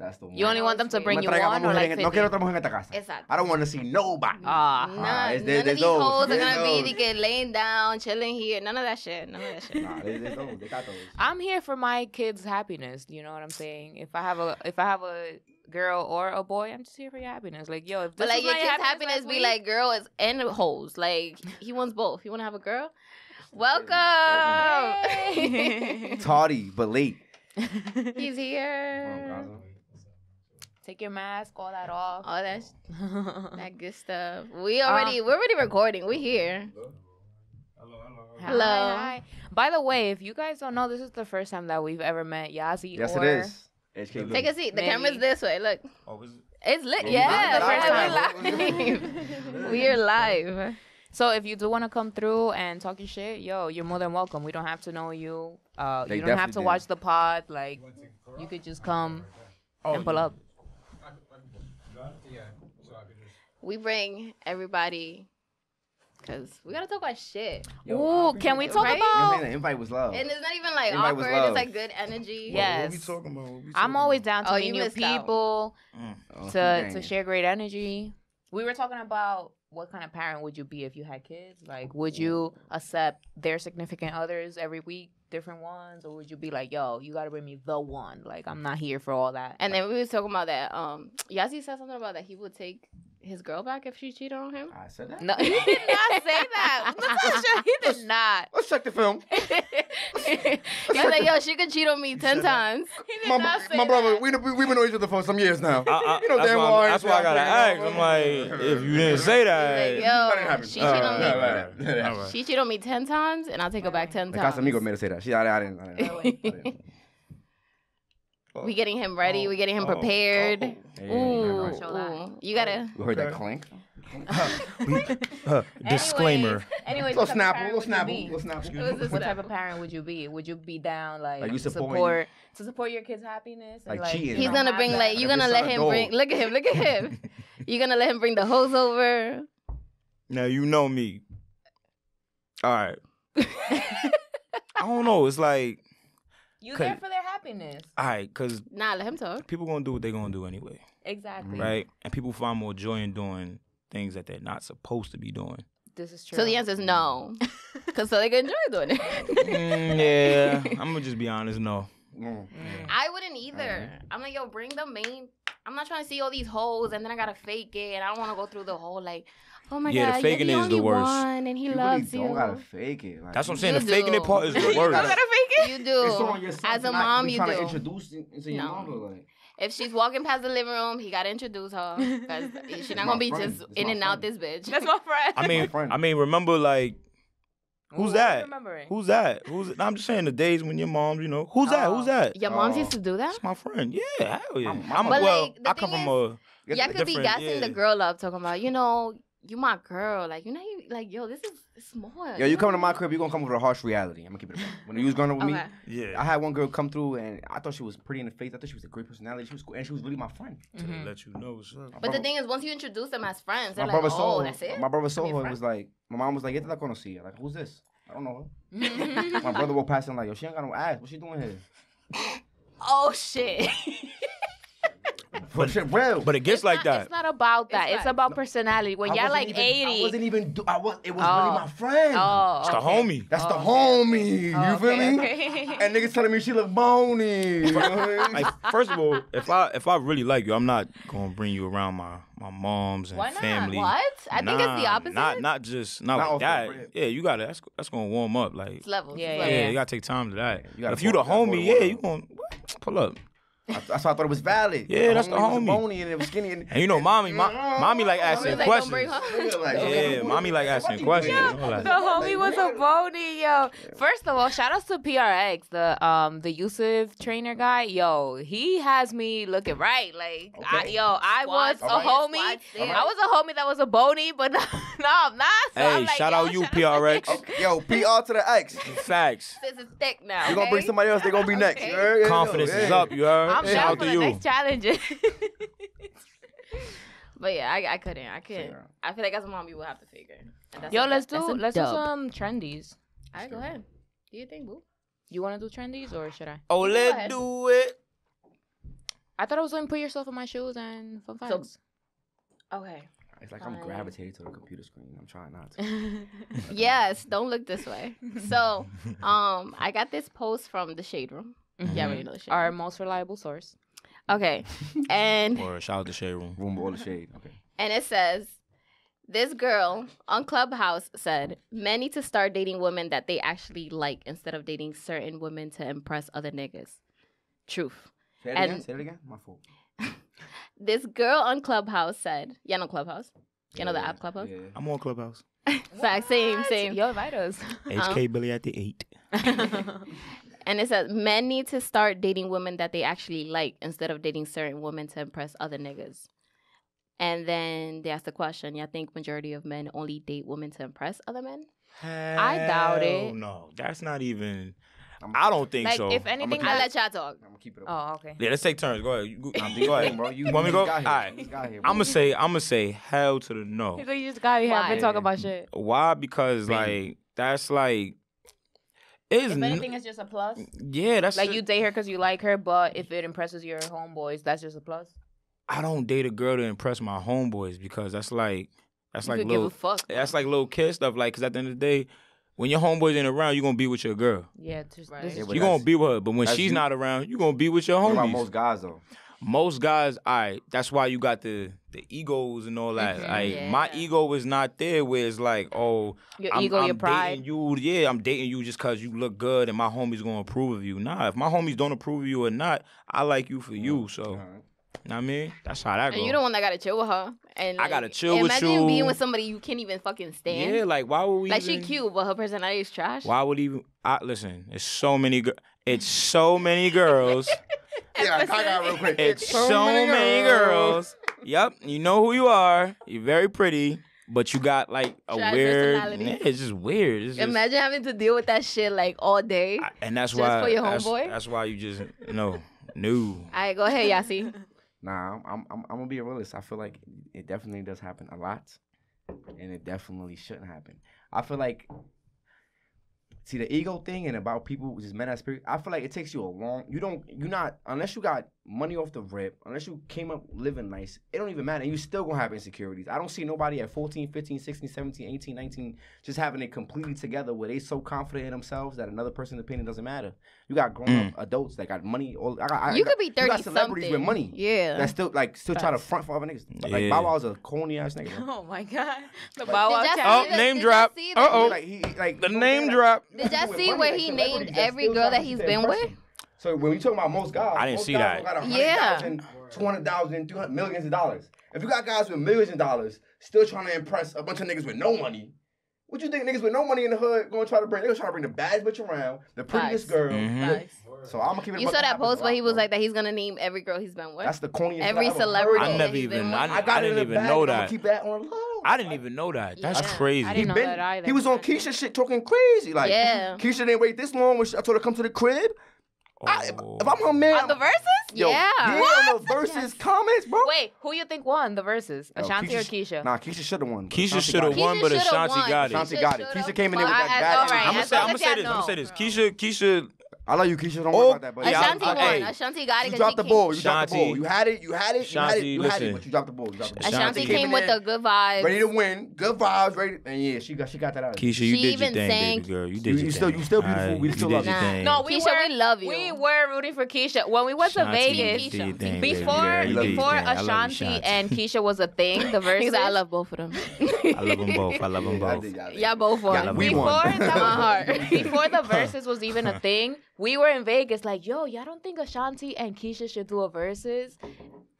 S1: That's the one.
S3: you only want them to
S4: Me
S3: bring you
S1: traiga
S3: one
S1: más mujer
S3: or like
S1: en- no quiero
S3: 50. (laughs)
S1: otra mujer en esta casa.
S4: Exacto.
S1: I don't want to see nobody.
S3: Ah,
S4: None,
S1: Ah, it's- there's-
S4: none of these
S1: there's those.
S4: hoes are
S1: There's
S4: gonna be
S1: those.
S4: to get laying down, chilling here. None of that shit. None of that shit.
S1: (laughs) nah, they, they, those, they got those.
S3: I'm here for my kids' happiness. You know what I'm saying? If I have a, if I have a girl or a boy, I'm just here for your happiness. Like, yo, if this
S4: But like
S3: is
S4: your
S3: my
S4: kid's
S3: happiness,
S4: happiness,
S3: last
S4: be
S3: week,
S4: like girl is and hoes. Like he wants both. You wanna have a girl? Welcome.
S3: Hey.
S1: Tardy but late.
S4: (laughs) He's here.
S3: Mm. (laughs) take your mask, all that off.
S4: All that sh- that good stuff. We
S3: Um,
S4: already we're already recording. We here. Hello.
S3: Hi, hi. By the way, if you guys don't know, this is the first time that we've ever met Yazi.
S1: Yes,
S3: or...
S1: it is. HK
S2: Take
S4: Take a seat. The
S3: Maybe.
S4: camera's this way. Look,
S2: Oh, is it?
S4: it's lit.
S1: Well,
S4: Yeah,
S1: we
S4: we're live. (laughs) we are live.
S3: So if you do want to come through and talk your shit, yo, you're more than welcome. We don't have to know you. Uh,
S1: They
S3: you don't have
S1: definitely
S3: to
S1: do.
S3: watch the pod. Like, you could just come and pull up.
S2: Yeah. So I can just.
S4: We bring everybody because we gotta talk about shit.
S3: Ooh, can we
S4: it,
S3: talk
S4: right?
S1: Yeah, man,
S3: about?
S1: the invite was love.
S4: And it's not even like
S1: Oh. Everybody was
S4: awkward.
S1: love.
S4: It's like good energy.
S3: Yeah.
S2: What we
S3: Yes.
S2: talking about? What we talking
S3: I'm always
S2: about?
S3: down to
S4: Oh,
S3: meet
S4: you
S3: new
S4: missed out.
S3: people,
S1: Oh, she
S3: to to
S1: banging.
S3: share great energy. We were talking about what kind of parent would you be if you had kids? Like, would you accept their significant others every week, different ones, or would you be like, yo, you gotta bring me the one? Like, I'm not here for all that.
S4: And then we was talking about that. Um, Yazi said something about that he would take his girl back if she cheated on
S1: (laughs)
S4: him.
S1: I said that.
S3: No, he did not say
S1: (laughs)
S3: that. Natasha, he did not.
S1: Let's check the film.
S4: He's like, yo, she could cheat on me ten
S2: said that.
S4: times.
S3: (laughs) He did
S1: My,
S3: not say
S1: my brother,
S3: that.
S1: we, we, we've been on each other for some years now.
S2: I, I,
S1: (laughs) You know
S2: that's,
S1: damn
S2: why
S1: well I
S2: I'm-
S1: ain't
S2: that's why I
S1: trying
S2: gotta
S1: to bring
S2: ask. I'm
S1: it up.
S2: like, if you didn't say
S4: He's
S2: that,
S4: like, yo,
S1: Let it happen.
S4: she cheated on me.
S1: All right, all right, all right.
S4: She cheated on me ten times, and I'll take her back ten
S1: The
S4: times.
S1: Casamigo made her say that. She, I, I didn't. I didn't. I didn't.
S4: we getting him ready. we getting him
S2: Oh,
S4: prepared.
S2: oh,
S1: Yeah,
S4: Ooh,
S1: yeah, yeah.
S3: Show that.
S4: ooh. you gotta.
S1: We heard that
S2: Okay.
S1: clink. (laughs)
S2: oh. Disclaimer.
S3: (laughs) Anyways,
S1: Little snapple,
S3: what type of parent
S1: little
S3: would you
S1: snapple,
S3: be?
S1: little snapple.
S4: It was just
S3: What
S4: that.
S3: type of parent would you be? Would you be down like,
S1: Like, you supporting-
S3: support to support your kids' happiness? and,
S1: Like, cheating.
S4: He's
S1: Don't
S4: gonna
S3: have
S4: bring
S3: that?
S4: like you
S1: Like,
S4: gonna
S1: it's
S4: let
S1: not a
S4: him
S1: dog.
S4: bring. Look at him. Look at him. you gonna let him bring the hose over.
S2: Now you know me.
S4: (laughs)
S2: All right. I don't know. It's like,
S3: you
S2: Okay.
S3: there for their happiness.
S2: all right, because
S4: Nah, let him talk.
S2: people gonna do what they gonna do anyway,
S3: Exactly.
S2: right? And people find more joy in doing things that they're not supposed to be doing.
S3: This is true.
S4: So the answer is
S1: Mm. (laughs)
S4: no, because so they can enjoy doing it.
S2: (laughs) Mm, yeah, I'm gonna just be honest. No,
S1: Mm.
S3: Mm.
S4: (laughs) I wouldn't either. I'm like, yo, bring the main. I'm not trying to see all these holes, and then I gotta fake it, and I don't want to go through the whole like, oh my
S2: Yeah, the
S4: god,
S2: faking
S4: you're
S2: is the
S4: only
S2: worst.
S4: One, and he
S1: You really
S4: loves you.
S1: don't gotta fake it. Like,
S2: that's what I'm
S1: you-
S2: saying.
S4: You
S2: the faking it
S4: do.
S2: part is the
S1: You
S2: worst.
S1: gotta
S4: (laughs) You
S1: It's on
S4: do.
S1: yourself
S4: As
S1: to
S4: a
S1: not
S4: mom,
S1: be
S4: you
S1: trying
S4: do.
S1: to introduce it into your
S4: No.
S1: mother. Like,
S4: If she's walking past the living room, he gotta introduce her. Cause
S1: (laughs)
S4: she's
S1: my
S4: not gonna be
S1: friend.
S4: just
S1: It's
S4: in
S1: my
S4: and out this
S1: friend.
S3: (laughs)
S4: bitch.
S3: That's my friend.
S2: I mean,
S1: friend.
S2: I mean, remember like Who's
S3: Ooh,
S2: that?
S3: I'm remembering.
S2: Who's that? Who's? I'm just saying the days when your mom, you know, who's that? Who's
S3: Oh.
S2: that?
S4: Your moms
S1: Oh.
S4: used to do that.
S2: It's my friend. Yeah, hell yeah.
S1: I'm-
S2: I'm,
S4: But,
S2: well.
S4: like, the
S2: I come
S4: thing
S2: from a.
S1: It's
S4: Y'all could be
S2: different,
S4: gassing the
S2: yeah.
S4: girl up, talking about you know you my girl, like you know you like yo this is small.
S1: Yo, you come to my crib, you gonna come with a harsh reality. I'm gonna keep it. a buck. When you was growing up with
S4: Okay.
S1: me, I
S2: Yeah.
S1: had one girl come through and I thought she was pretty in the face. I thought she was a great personality. She was cool and she was really my friend.
S2: To
S4: Mm-hmm.
S3: Mhm.
S2: let you know. what's up.
S4: But the thing is, once you introduce them as friends,
S1: My
S4: they're
S1: brother
S4: like,
S1: saw
S4: oh,
S1: her.
S4: that's it.
S1: My brother saw
S4: I'm your
S1: her and
S4: friend.
S1: was like, my mom was like, "Yeah, I gonna see her." Like, who's this? I don't
S4: (laughs)
S1: know
S3: Mhm.
S1: her. My brother walked past and like, yo, she ain't got no ass. What she doing here?
S4: oh shit.
S3: (laughs)
S1: But she real.
S2: But it gets
S3: It's
S2: like
S3: not-
S2: that.
S3: It's not about that.
S4: It's
S3: It's,
S4: like-
S3: about personality. When
S1: I
S3: y'all
S1: wasn't
S3: like
S1: even- I
S3: 80.
S1: wasn't even. Do, I was. It was
S3: Oh.
S1: really my friend.
S3: oh,
S2: It's the
S3: okay.
S2: homie.
S1: That's the
S3: Oh, okay,
S1: homie.
S3: Oh,
S1: you feel
S3: okay,
S1: me?
S3: okay. (laughs)
S1: And niggas telling me she look bony. You know what I mean?
S2: like, first of all, if I if I really like you, I'm not gonna bring you around my my moms and
S4: Why not?
S2: family.
S4: What? I think it's the
S2: Nah,
S4: opposite.
S2: Not not just not,
S1: Not off
S2: like
S1: the
S2: that.
S1: rip.
S2: Yeah, you gotta that's that's gonna warm up. Like
S4: It's levels.
S3: Yeah,
S4: it's
S2: yeah,
S3: yeah,
S4: levels.
S3: yeah.
S2: you gotta take time to that.
S1: You gotta
S2: if you the
S1: pour- you gotta pour
S2: homie,
S1: the
S2: yeah,
S1: water.
S2: you gonna pull up.
S1: I- That's why I thought it was valid.
S2: Yeah, that's the
S1: was
S2: homie.
S1: Bony and it was skinny. And,
S2: And you know, mommy, mo- mommy
S1: Mommy's
S2: like asking
S4: like, don't bring
S2: questions.
S4: her-
S1: Nigga, like,
S2: Yeah, mommy like asking questions.
S3: Yeah,
S2: you know, like-
S3: The homie was a bony, yo. First of all, shout outs to PRX, the um the Yusuf trainer guy. Yo, he has me looking right. Like I,
S1: Okay.
S3: yo, I was
S4: Squats,
S3: a
S1: Alright.
S3: homie.
S4: squats there.
S1: Alright.
S3: I was a homie that was a bony, but (laughs) no, I'm not. So
S2: Hey,
S3: I'm like,
S2: shout
S3: yo,
S2: out you,
S3: shout-
S2: PRX.
S1: Okay, Yo, PR to the X.
S2: (laughs) Facts.
S4: Sis is thick now.
S1: You gonna bring
S4: okay?
S1: somebody else? They gonna be next.
S4: Okay.
S1: You heard? Yeah,
S2: Confidence
S1: yo,
S2: is
S1: yeah.
S2: up, you heard?
S3: I'm
S2: Shout
S3: down
S2: out
S3: for
S2: to
S3: the
S2: you.
S3: next challenges.
S4: (laughs) But yeah, I, I couldn't. I couldn't.
S1: Figure out.
S4: I feel like as a mom, you will have to figure. And that's
S3: yo,
S4: a-
S3: let's do
S4: that's a
S3: let's do
S4: dub.
S3: some trendies.
S4: All right, go ahead. Do you think, boo?
S3: You want to do trendies or should I?
S2: Oh,
S4: Go
S2: let's
S4: ahead.
S2: do it.
S3: I thought I was going to put yourself in my shoes and fun
S4: So-
S3: facts. (laughs)
S4: Okay.
S1: It's like I'm
S4: Fine.
S1: gravitated to the computer screen. I'm trying not to.
S3: mm-hmm.
S4: (laughs) Yes. Don't look this way. So, um, I got this post from the shade room. Yeah, I
S2: Mm-hmm.
S3: Mm-hmm.
S4: already know the shade.
S3: Our
S4: Room.
S3: most reliable source.
S4: Okay. And
S2: Or shout out to Shade Room.
S1: Room with all the shade. Okay.
S4: and it says this girl on clubhouse said men need to start dating women that they actually like instead of dating certain women to impress other niggas truth
S1: Say it
S4: And-
S1: again. Say it again. My fault.
S4: this girl on clubhouse said you know clubhouse you know the
S1: Yeah,
S4: app clubhouse
S1: Yeah.
S2: I'm on Clubhouse.
S4: Fact, same
S3: What?
S4: same
S3: Yo, invite us.
S2: HK Billy at the eight.
S4: and it says men need to start dating women that they actually like instead of dating certain women to impress other niggas and then they asked the question you think majority of men only date women to impress other men
S2: I
S3: doubt it.
S2: No, that's not even.
S1: I'm,
S2: I don't think
S3: like,
S2: so.
S3: if anything,
S1: keep
S4: i
S1: Yeah.
S3: that-
S4: let y'all talk
S1: I'm gonna keep it up.
S3: (laughs) Oh, okay.
S2: yeah, let's take turns. Go ahead. You, go,
S1: I'm
S3: (laughs)
S2: go ahead.
S1: bro. You
S2: want me to
S1: you
S2: go?
S1: got here.
S2: Alright.
S1: You got here, bro.
S2: I'm gonna say. I'm gonna say hell to the no.
S3: Because you just got here. I've been
S4: Why?
S3: talking about shit.
S2: Why? Because like that's like is
S3: If anything, it's just a plus.
S2: yeah. That's
S3: Like
S2: a-
S3: you date her because you like her, but if it impresses your homeboys, that's just a plus.
S2: I don't date a girl to impress my homeboys because that's like that's
S4: you
S2: like
S4: could
S2: little
S4: give a fuck
S2: that's like little kid stuff. Like because at the end of the day, when your homeboys ain't around, you are gonna be with your girl.
S3: Yeah, just,
S4: Right.
S3: this
S1: Yeah,
S3: is
S1: but
S2: you
S3: true.
S2: gonna
S1: that's-
S2: be with her, but when
S1: that's
S2: she's
S1: you.
S2: not around, you gonna be with your
S1: What about
S2: homies.
S1: most guys though?
S2: most guys, I that's why you got the the egos and all that.
S3: Mhm.
S2: Like my
S4: Mm-hmm. Yeah.
S2: ego is not there where it's like, oh,
S3: your
S2: I'm,
S3: ego,
S2: I'm
S3: your pride. (laughs)
S2: dating you, yeah, I'm dating you just cause you look good and my homies gonna approve of you. Nah, if my homies don't approve of you or not, I like you for you. So, know
S1: Alright.
S2: what I mean, that's how that
S4: And
S2: goes.
S4: you the one that gotta chill with her. And
S2: I
S4: like,
S2: gotta chill with
S4: Imagine
S2: you.
S4: being with somebody you can't even fucking stand.
S2: yeah, like why would we?
S4: like she
S2: even-
S4: cute, but her personality is trash.
S2: Why would even? I listen. It's so many. Gr- it's so
S4: (laughs)
S2: many girls.
S1: Yeah, I got it real quick.
S2: It's so, many, girls. Yep, you know who you are. You're very pretty, but you got like a
S4: Trash
S2: weird.
S4: personality.
S2: Yeah, it's just weird. It's
S4: (laughs)
S2: just-
S4: Imagine having to deal with that shit like all day.
S2: I- and that's
S4: just
S2: why.
S4: for your
S2: that's,
S4: homeboy?
S2: that's why you just no, no.
S4: All right, go ahead,
S1: (laughs)
S4: Yasi.
S1: Nah, I'm, I'm, I'm, I'm gonna be a realist. I feel like it definitely does happen a lot, and it definitely shouldn't happen. I feel like, see, the ego thing and about people just men as spirit. I feel like it takes you a long. You don't. You're not unless you got money off the rip. Unless you came up living nice. It don't even matter. You still gonna have insecurities. I don't see nobody at 14, 15, 16, 17, 18, 19 just having it completely together where they so confident in thememselves that another person's opinion doesn't matter. You got grown up adults that got money. All I got. I
S4: Mm. you
S1: got-
S4: could be
S1: got
S4: thirty
S1: celebrities with
S4: something
S1: money.
S4: Yeah.
S1: that still like still try to
S3: Facts.
S1: front for other niggas. Like
S2: Yeah.
S1: Bow Wow's a corny ass nigga. bro.
S3: Oh my god, the
S1: Like-
S3: Bow Wow
S4: Did y'all
S2: Oh,
S4: see
S3: challenge.
S4: the-
S2: name
S4: did
S2: drop.
S4: y'all see the-
S2: Uh oh.
S1: Like he like
S2: The
S1: you know what I'm
S2: name
S1: saying?
S2: drop.
S4: Did y'all
S1: With
S4: see
S1: money,
S4: where
S1: like
S4: he
S1: celebrities
S4: named
S1: that
S4: every
S1: still
S4: girl
S1: try
S4: that
S1: to
S4: he's
S1: keep
S4: been
S1: impression.
S4: with?
S1: So when we talking about most guys,
S2: I didn't
S1: most
S2: see
S1: guys
S2: that.
S1: Got
S4: Yeah.
S1: 100,000, 200,000, 300 millions of dollars. If you got guys with millions of dollars still trying to impress a bunch of niggas with no money, What you think niggas with no money in the hood gonna try to bring? They gonna try to bring the baddest bitch around, the prettiest
S4: Facts.
S1: girl.
S2: Mhm.
S4: Facts.
S1: So I'm gonna keep it. a
S4: You
S1: buck.
S4: saw
S1: I've
S4: that
S1: been
S4: post where he
S1: blocked,
S4: was
S1: bro.
S4: like that he's gonna name every girl he's been with.
S1: "That's the corniest."
S4: Every
S1: shit I've ever
S4: celebrity.
S1: heard
S2: I
S1: of.
S2: never
S4: He's been
S2: even
S4: with-
S2: I,
S1: I
S2: didn't-
S1: got
S2: I didn't
S1: it in the
S2: even
S1: bag,
S2: know
S1: and I'ma
S2: that.
S1: Keep that on low.
S2: I didn't even know that. That's
S4: Yeah.
S2: crazy.
S3: I didn't know
S1: been-
S3: that either.
S1: He was on Keisha shit talking crazy. Like
S4: Yeah.
S1: Keisha didn't wait this long when she, I told her come to the crib. I, if
S2: Oh.
S1: I'm her man,
S4: On the verses?
S1: yo,
S4: yeah.
S1: yeah on the versus comments, bro.
S3: Wait, who you think won the verses?
S1: Yo,
S3: Ashanti or
S1: Keisha-
S3: Keisha?
S1: Nah, Keisha should have won. but
S2: Keisha
S1: Ashanti
S2: should
S1: got
S2: have
S1: it.
S2: won, but
S4: Keisha shoulda
S2: Ashanti
S4: won.
S2: got it.
S1: Ashanti got it.
S4: shoulda-
S1: Keisha came in there with
S4: Well,
S1: that
S4: I-
S1: bad
S4: all
S1: energy.
S4: right,
S2: I'm gonna
S4: as
S2: say,
S4: long
S2: I'm gonna
S4: as
S2: say
S4: y'all
S2: this. I'm gonna say this.
S4: know,
S2: Keisha, Keisha,
S1: I love you, Keisha. Don't
S2: Oh,
S1: worry about that, but
S2: yeah,
S4: Ashanti
S2: I-
S4: won.
S2: hey.
S4: Ashanti got
S1: You
S4: it because
S1: dropped the ball. You dropped the
S2: Ashanti.
S1: ball. You had it. You had it. You had it.
S2: Ashanti,
S1: You had it.
S2: listen.
S1: But you dropped the ball. You dropped the ball.
S4: Ashanti
S2: Ashanti
S4: came
S1: in
S4: with
S1: there,
S4: the good vibes.
S1: ready to win. Good vibes. Ready. And yeah, she got. She got that out. of
S2: Keisha, you
S4: She
S2: did your
S4: even
S2: thing,
S4: sang-
S2: baby girl. You
S1: You-
S2: did
S1: you
S2: your
S1: still-
S2: thing.
S1: you still beautiful.
S2: Alright,
S1: We
S2: you
S1: still
S2: did
S1: love
S2: your
S4: you.
S2: thing.
S3: No, we
S4: Keisha,
S3: were
S4: we love you.
S3: We were rooting for Keisha when we went to
S2: Ashanti, you
S3: Vegas.
S2: did your
S4: Keisha.
S2: thing, baby
S3: Before
S2: girl. You did your
S3: before
S2: thing. I love you,
S3: Ashanti and Keisha was a (laughs) thing, the
S4: Niggas,
S3: verses.
S4: I love both of
S3: (laughs)
S4: them. (laughs)
S2: I love them both. I love them
S1: Yeah, (laughs) I
S2: both.
S1: did, I did.
S4: Y'all both
S2: Y'all
S4: won.
S2: love
S1: We
S3: before
S1: won. (laughs)
S3: that
S4: My
S3: was-
S4: heart.
S3: Uh-huh. before the verses was even a thing, we were in Vegas like, yo, y'all don't think Ashanti and Keisha should do a verses?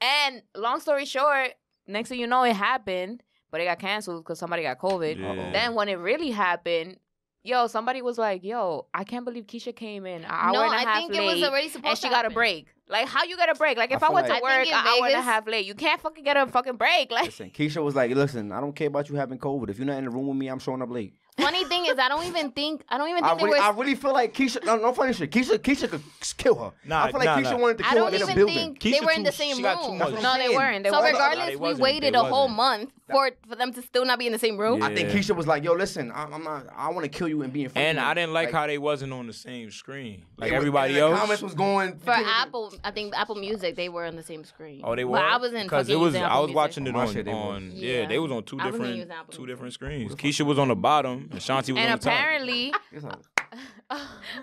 S3: And long story short, next thing you know, it happened, but it got canceled because somebody got COVID.
S2: Yeah.
S3: Then when it really happened, yo, somebody was like, yo, I can't believe Keisha came in an hour
S4: no,
S3: and a half
S4: I think
S3: late
S4: it was already supposed
S3: and she
S4: to
S3: got a
S4: happen.
S3: break. Like, how you get a break? Like,
S1: I
S3: if I,
S1: feel
S3: went
S1: like-
S3: to
S4: I
S3: work
S4: think
S3: an
S4: in
S3: hour and a
S4: Vegas-
S3: half late, you can't fucking get a fucking break. Like,
S1: Listen, Keisha was like, "Listen, I don't care about you having COVID. If you're not in the room with me, I'm showing up late."
S4: Funny thing is, I don't even think I don't even
S1: I
S4: think they
S1: really, I
S4: were.
S1: really feel like Keisha. No, no funny shit. Keisha, Keisha could kill her.
S2: Nah,
S1: I feel like
S2: nah,
S1: Keisha
S2: nah.
S1: wanted to
S4: I
S1: kill her
S4: don't
S1: in a
S4: even
S1: building.
S4: think
S2: Keisha
S4: they were in
S2: too-
S4: the same
S2: she got too
S4: room.
S2: much.
S3: no, they
S1: saying.
S3: weren't. They
S4: So
S1: Nah,
S3: weren't.
S1: they
S4: regardless, we
S2: wasn't.
S4: waited
S2: They
S4: a whole
S2: wasn't.
S4: month for for them to still not be in the same room.
S2: Yeah.
S1: I think Keisha was like, "Yo, listen, I, I'm not. I want to kill you and be in front."
S2: And
S1: of you.
S2: I didn't like, how they wasn't on the same screen like
S1: it was-
S2: everybody
S1: and the
S2: else.
S1: Comments was going
S4: For Apple, I think Apple Music, they were on the same screen.
S2: Oh, they were.
S4: But I was in
S2: because
S4: fucking
S2: it was.
S4: using
S2: I
S4: Apple
S2: was
S4: Music. (laughs)
S2: watching it
S1: My
S2: on.
S1: shit, they was.
S2: on yeah.
S4: Yeah.
S2: they was on two
S4: I wasn't
S2: different
S4: using Apple
S2: two
S4: Music.
S2: different screens. Keisha was on the bottom, and Shanti was
S3: And
S2: on the top. (laughs)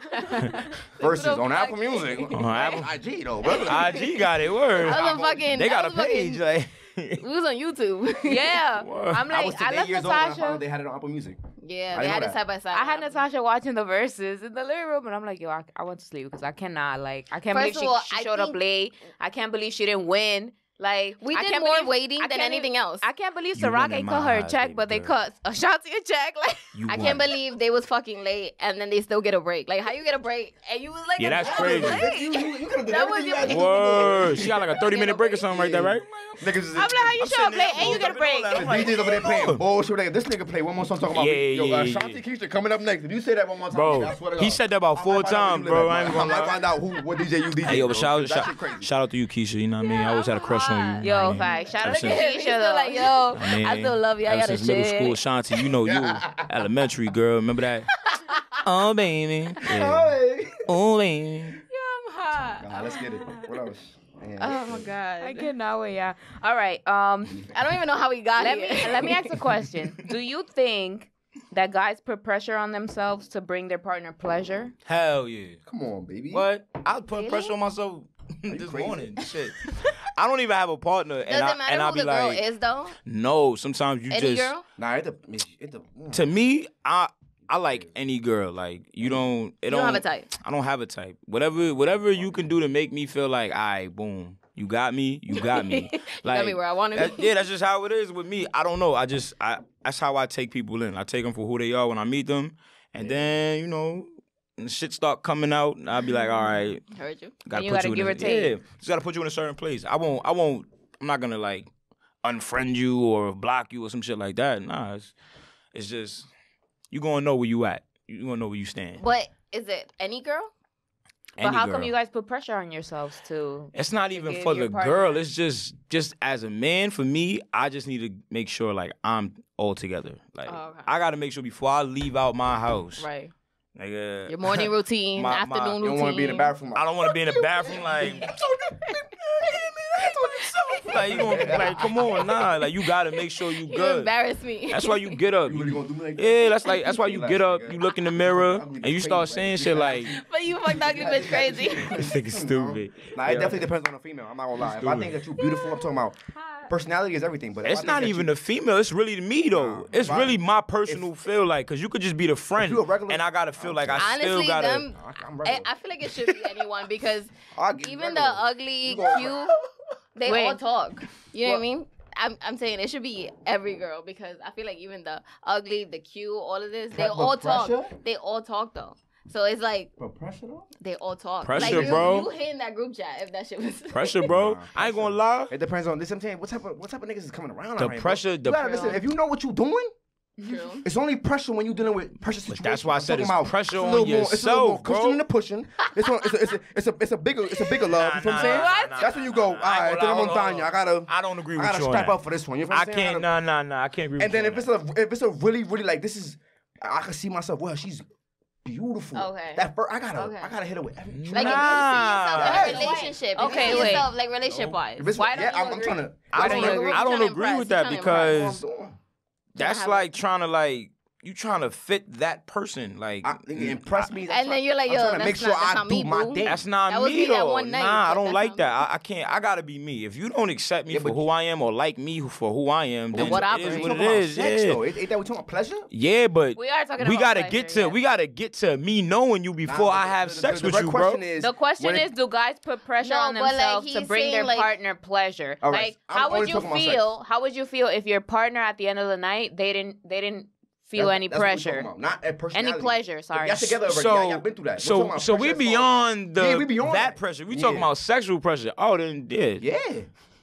S1: (laughs)
S3: apparently,
S1: versus
S4: (laughs) Little
S1: on Apple
S4: fucking-
S1: Music.
S2: (laughs) On Apple.
S1: IG though, brother.
S2: IG got it. Word.
S4: I was on fucking.
S2: they got
S4: I
S2: a
S4: was
S2: page. Like, (laughs)
S4: Fucking, we was on YouTube.
S3: yeah,
S2: Word.
S3: I'm
S1: I was
S3: like, I,
S1: today
S3: love
S1: years old when I found out
S3: Natasha.
S1: they had it on Apple Music.
S4: (laughs) yeah,
S1: I
S4: they
S1: know
S4: had it
S1: that.
S4: side by side.
S3: I had
S4: Apple.
S3: Natasha watching the verses in the living room, and I'm like, yo, I, I went to sleep because I cannot, like, I can't
S4: First
S3: believe she,
S4: of all,
S3: she
S4: I
S3: showed up
S4: think-
S3: late. I can't believe she didn't win. Like,
S4: We
S3: I
S4: did
S3: can't
S4: more
S3: believe-
S4: waiting
S3: I
S4: than
S3: can't even-
S4: anything else.
S3: I can't believe
S2: You won in
S3: Soraka
S2: my
S3: cut her a
S2: eyes,
S3: check,
S2: baby
S3: but they
S2: girl.
S3: cut Ashanti a check. (laughs) Like,
S2: you
S4: I
S2: won.
S4: can't believe they was fucking late and then they still get a break. Like how you get a break and you was like,
S2: Yeah, that's
S4: "Oh,
S2: crazy.
S4: late."
S1: You, you, you could have done
S4: That was
S1: everything you had to
S4: your-
S1: do.
S2: Word. She got like a 30 minute break or something right there, right?
S1: Niggas is
S3: I'm like, how you show
S2: I'm
S3: up
S2: sitting there,
S3: late and you get a
S2: I'm all
S3: break?
S2: up in all that.
S1: The (laughs) DJs over there playing
S2: Lord.
S1: bullshit. Like, this nigga play one more song talking about
S2: Yeah,
S1: me. Yo,
S2: yeah,
S1: uh,
S2: yeah.
S1: Shanti Keisha coming up next. If you say that one more time, nigga, I swear to
S2: Bro, he
S1: God.
S2: said that about
S1: I
S2: four
S1: might find out who
S2: times,
S1: you live
S2: bro. I
S1: at.
S2: ain't
S1: I
S2: gonna
S1: might
S2: lie.
S1: find out who what DJ you DJ.
S2: Hey, yo, but shout,
S1: that
S2: shout,
S1: shit crazy.
S2: shout out to you, Keisha. You know what I mean? I always had a crush (laughs) on you. you
S3: Yo,
S2: know what I mean?
S3: fact. Shout out
S2: Ever
S3: to
S2: since-
S4: He's
S3: Keisha
S4: still
S3: though.
S4: like, yo,
S2: I, mean,
S4: I still love y'all.
S2: Ever
S4: Y'all the
S2: since middle school,
S4: shit.
S2: Shanti, you
S4: (laughs)
S2: know you elementary girl. Remember that? oh baby, Yeah.
S1: Hey.
S2: oh baby.
S3: I'm hot.
S1: Nah, let's get it. What else? Man,
S4: Oh
S1: shit.
S4: my god.
S3: I cannot wait. Yeah. All right. Um,
S4: I don't even know how we got
S3: let me
S4: here.
S3: let
S4: (laughs)
S3: me ask a question. Do you think that guys put pressure on themselves to bring their partner pleasure?
S2: Hell yeah.
S1: Come on, baby.
S2: What? I was putting
S3: Really?
S2: pressure on myself (laughs) this
S1: crazy?
S2: morning.
S4: (laughs)
S2: Shit. I don't even have a partner, and
S4: Does
S2: I
S4: it matter
S2: and I'll
S4: who
S2: be
S4: the girl
S2: like,
S4: is though?
S2: no. Sometimes you
S4: Any
S2: just
S4: girl?
S1: Nah, it the it mm. the
S2: to me, I I like any girl. Like you don't. It
S4: You don't have a type.
S2: I don't have a type. Whatever whatever you can do to make me feel like, all right, boom, you got me, you got
S3: (laughs)
S2: me. Like
S4: Got me where I wanted
S2: that- yeah, that's just how it is with me. I don't know. I just I that's how I take people in. I take them for who they are when I meet them, and then you know. And shit start coming out, and I'll be like, "All right,
S4: Heard you.
S2: gotta
S3: you
S2: put
S3: gotta
S2: you in
S3: give
S2: a,
S3: or take.
S2: yeah, just gotta put you in a certain place. I won't, I won't, I'm not gonna like unfriend you or block you or some shit like that. Nah, it's, it's just you gonna know where you at. You gonna know where you stand.
S4: But is it any girl?
S3: But
S2: Any
S3: how come
S2: girl.
S3: you guys put pressure on yourselves to?
S2: It's not even
S3: give
S2: for
S3: your
S2: the
S3: partner-
S2: girl. It's just just as a man for me, I just need to make sure like I'm all together. Like
S4: Oh, okay.
S2: I gotta make sure before I leave out my house.
S4: Right.
S2: Nigga.
S4: Your
S2: (laughs)
S4: morning routine,
S2: My- my-
S4: afternoon
S2: You
S1: You
S4: routine.
S1: don't want to be in the bathroom.
S2: I don't wanna be in the
S4: (laughs)
S2: bathroom like like you gonna like come on, nah. Like you gotta make
S4: (laughs)
S2: sure you
S4: You
S2: good.
S4: embarrass me.
S2: That's why you get up.
S1: You really gonna do me like
S2: Yeah, that's like
S1: (laughs)
S2: that's why you get up, you look in the mirror, and you start saying shit like
S4: (laughs) but you fucked ugly bitch
S1: (laughs)
S4: crazy.
S2: this nigga stupid.
S1: Nah, it definitely depends on the female. I'm not gonna lie. If I think that you beautiful, I'm talking about personality is everything. But if I
S2: It's
S1: think
S2: not
S1: that
S2: even
S1: you,
S2: the female. It's really me though.
S1: Nah,
S2: it's
S1: if I-
S2: really my personal feel like, cause you could just be the friend,
S1: you a regular-
S2: and I gotta feel like (laughs) I
S4: Honestly,
S2: still gotta.
S4: them.
S1: I, I'm
S4: I,
S1: regular.
S4: I feel like it should be anyone because
S1: I'll get
S4: even the
S1: regular. (laughs)
S4: ugly,
S1: You gonna-
S4: cute, they
S3: Wait.
S4: all talk. You know what I mean? I'm, I'm saying it should be every girl because I feel like even the ugly, the cute, all of this, they
S1: Pre- but
S4: all talk.
S1: pressure?
S4: They all talk though. So it's like
S1: But pressure though?
S4: they all talk.
S2: Pressure,
S4: like, you,
S2: bro.
S4: You hit in that group chat if that shit was
S2: Pressure, bro.
S1: Nah,
S2: I ain't gonna
S1: pressure.
S2: lie.
S1: It depends on this. I'm saying what type of what type of niggas is coming around.
S2: The
S1: already, bro.
S2: pressure-
S1: You
S2: the-
S1: gotta listen, if you know what you're doing,
S4: (laughs) True.
S1: it's only pressure when you're dealing with pressure situations.
S2: that's why I
S1: I'm
S2: said
S1: talking
S2: it's pressure
S1: a
S2: on
S1: little more- it's a little more
S2: yourself, bro.
S1: Pushing and a pushing. It's, one- it's, a, it's, a, it's a it's a bigger it's a bigger love. you know what I'm saying? that's when you go. all
S2: I
S1: right,
S2: ain't
S1: then
S2: gonna
S1: I'm on
S2: lie, hold
S1: Tanya.
S2: on,
S1: I gotta
S2: I don't agree
S1: I
S2: with
S1: gotta
S2: you on
S1: strap
S2: that.
S1: up for this one. You know what
S2: I
S1: I'm saying?
S2: can't.
S1: gotta-
S2: Nah, nah, nah. I can't agree.
S1: And
S2: with
S1: then
S2: you
S1: if
S2: on
S1: it's
S2: that.
S1: a if it's a really really like this is, I can see myself. Well, she's beautiful.
S4: Okay.
S1: That first, I gotta
S4: Okay.
S1: I gotta hit it with every. Nah.
S4: Like
S2: Nah.
S4: if you see yourself in a relationship.
S3: Okay,
S4: if you see
S3: wait.
S4: yourself like relationship wise.
S1: If it's-
S3: Why don't
S1: yeah,
S3: you
S1: I'm, I'm
S3: agree?
S1: trying to.
S2: I
S3: Why
S2: don't,
S3: don't you
S2: agree-
S3: agree?
S2: I don't
S4: You're trying to
S2: agree with that
S4: impress. You're trying to
S2: because that's
S4: have
S2: like trying to like you trying to fit that person. Like
S1: I, it impressed me.
S4: And then you're like,
S1: I'm
S4: yo,
S1: trying to
S4: that's
S1: make sure
S4: not- that's
S1: I
S4: not
S1: do
S4: me,
S1: my
S4: boo.
S1: thing.
S2: that's not
S4: That was
S2: me
S4: me that
S2: though.
S4: one night,
S2: nah, I
S4: but
S2: don't
S4: that's
S2: like
S4: not
S2: that. I, I can't. I gotta be me. If you don't accept me
S1: Yeah,
S2: for
S1: but-
S2: who I am or like me for who I am, then
S4: what I
S2: it is
S4: bring.
S2: what it
S1: Talking about
S2: is.
S1: Sex,
S2: yeah.
S1: though. Ain't ain't that we talking about pleasure?
S2: yeah, but
S3: We are talking
S2: we
S3: about
S2: gotta
S3: pleasure,
S2: get to
S3: yeah.
S2: we gotta get to me knowing you
S1: Nah,
S2: before
S1: but
S2: I
S1: the-
S2: have
S1: the-
S2: sex
S1: the
S2: with
S1: direct
S2: you, bro.
S1: question Is,
S3: The question
S1: when it-
S3: is, do guys put pressure
S4: No,
S3: on
S4: but, like,
S3: themselves to
S4: he's
S3: bring
S4: saying,
S3: their
S4: like-
S3: partner pleasure?
S1: All right,
S3: Like,
S1: I'm
S3: how would
S1: only
S3: you
S1: talking about
S3: feel? How would you feel if your partner at the end of the night they didn't they didn't feel
S1: That's-
S3: any
S1: that's what we talking
S3: pressure,
S1: about, Not at
S3: any
S1: personality.
S3: pleasure? Sorry.
S1: Y'all together already.
S2: So,
S1: y'all, y'all been through that. We're talking
S2: so,
S1: about
S2: so we
S1: pressure as
S2: beyond the
S1: Yeah, we beyond
S2: that
S1: that.
S2: pressure. We talking
S1: Yeah.
S2: about sexual pressure. Oh, then yeah, yeah,
S1: far-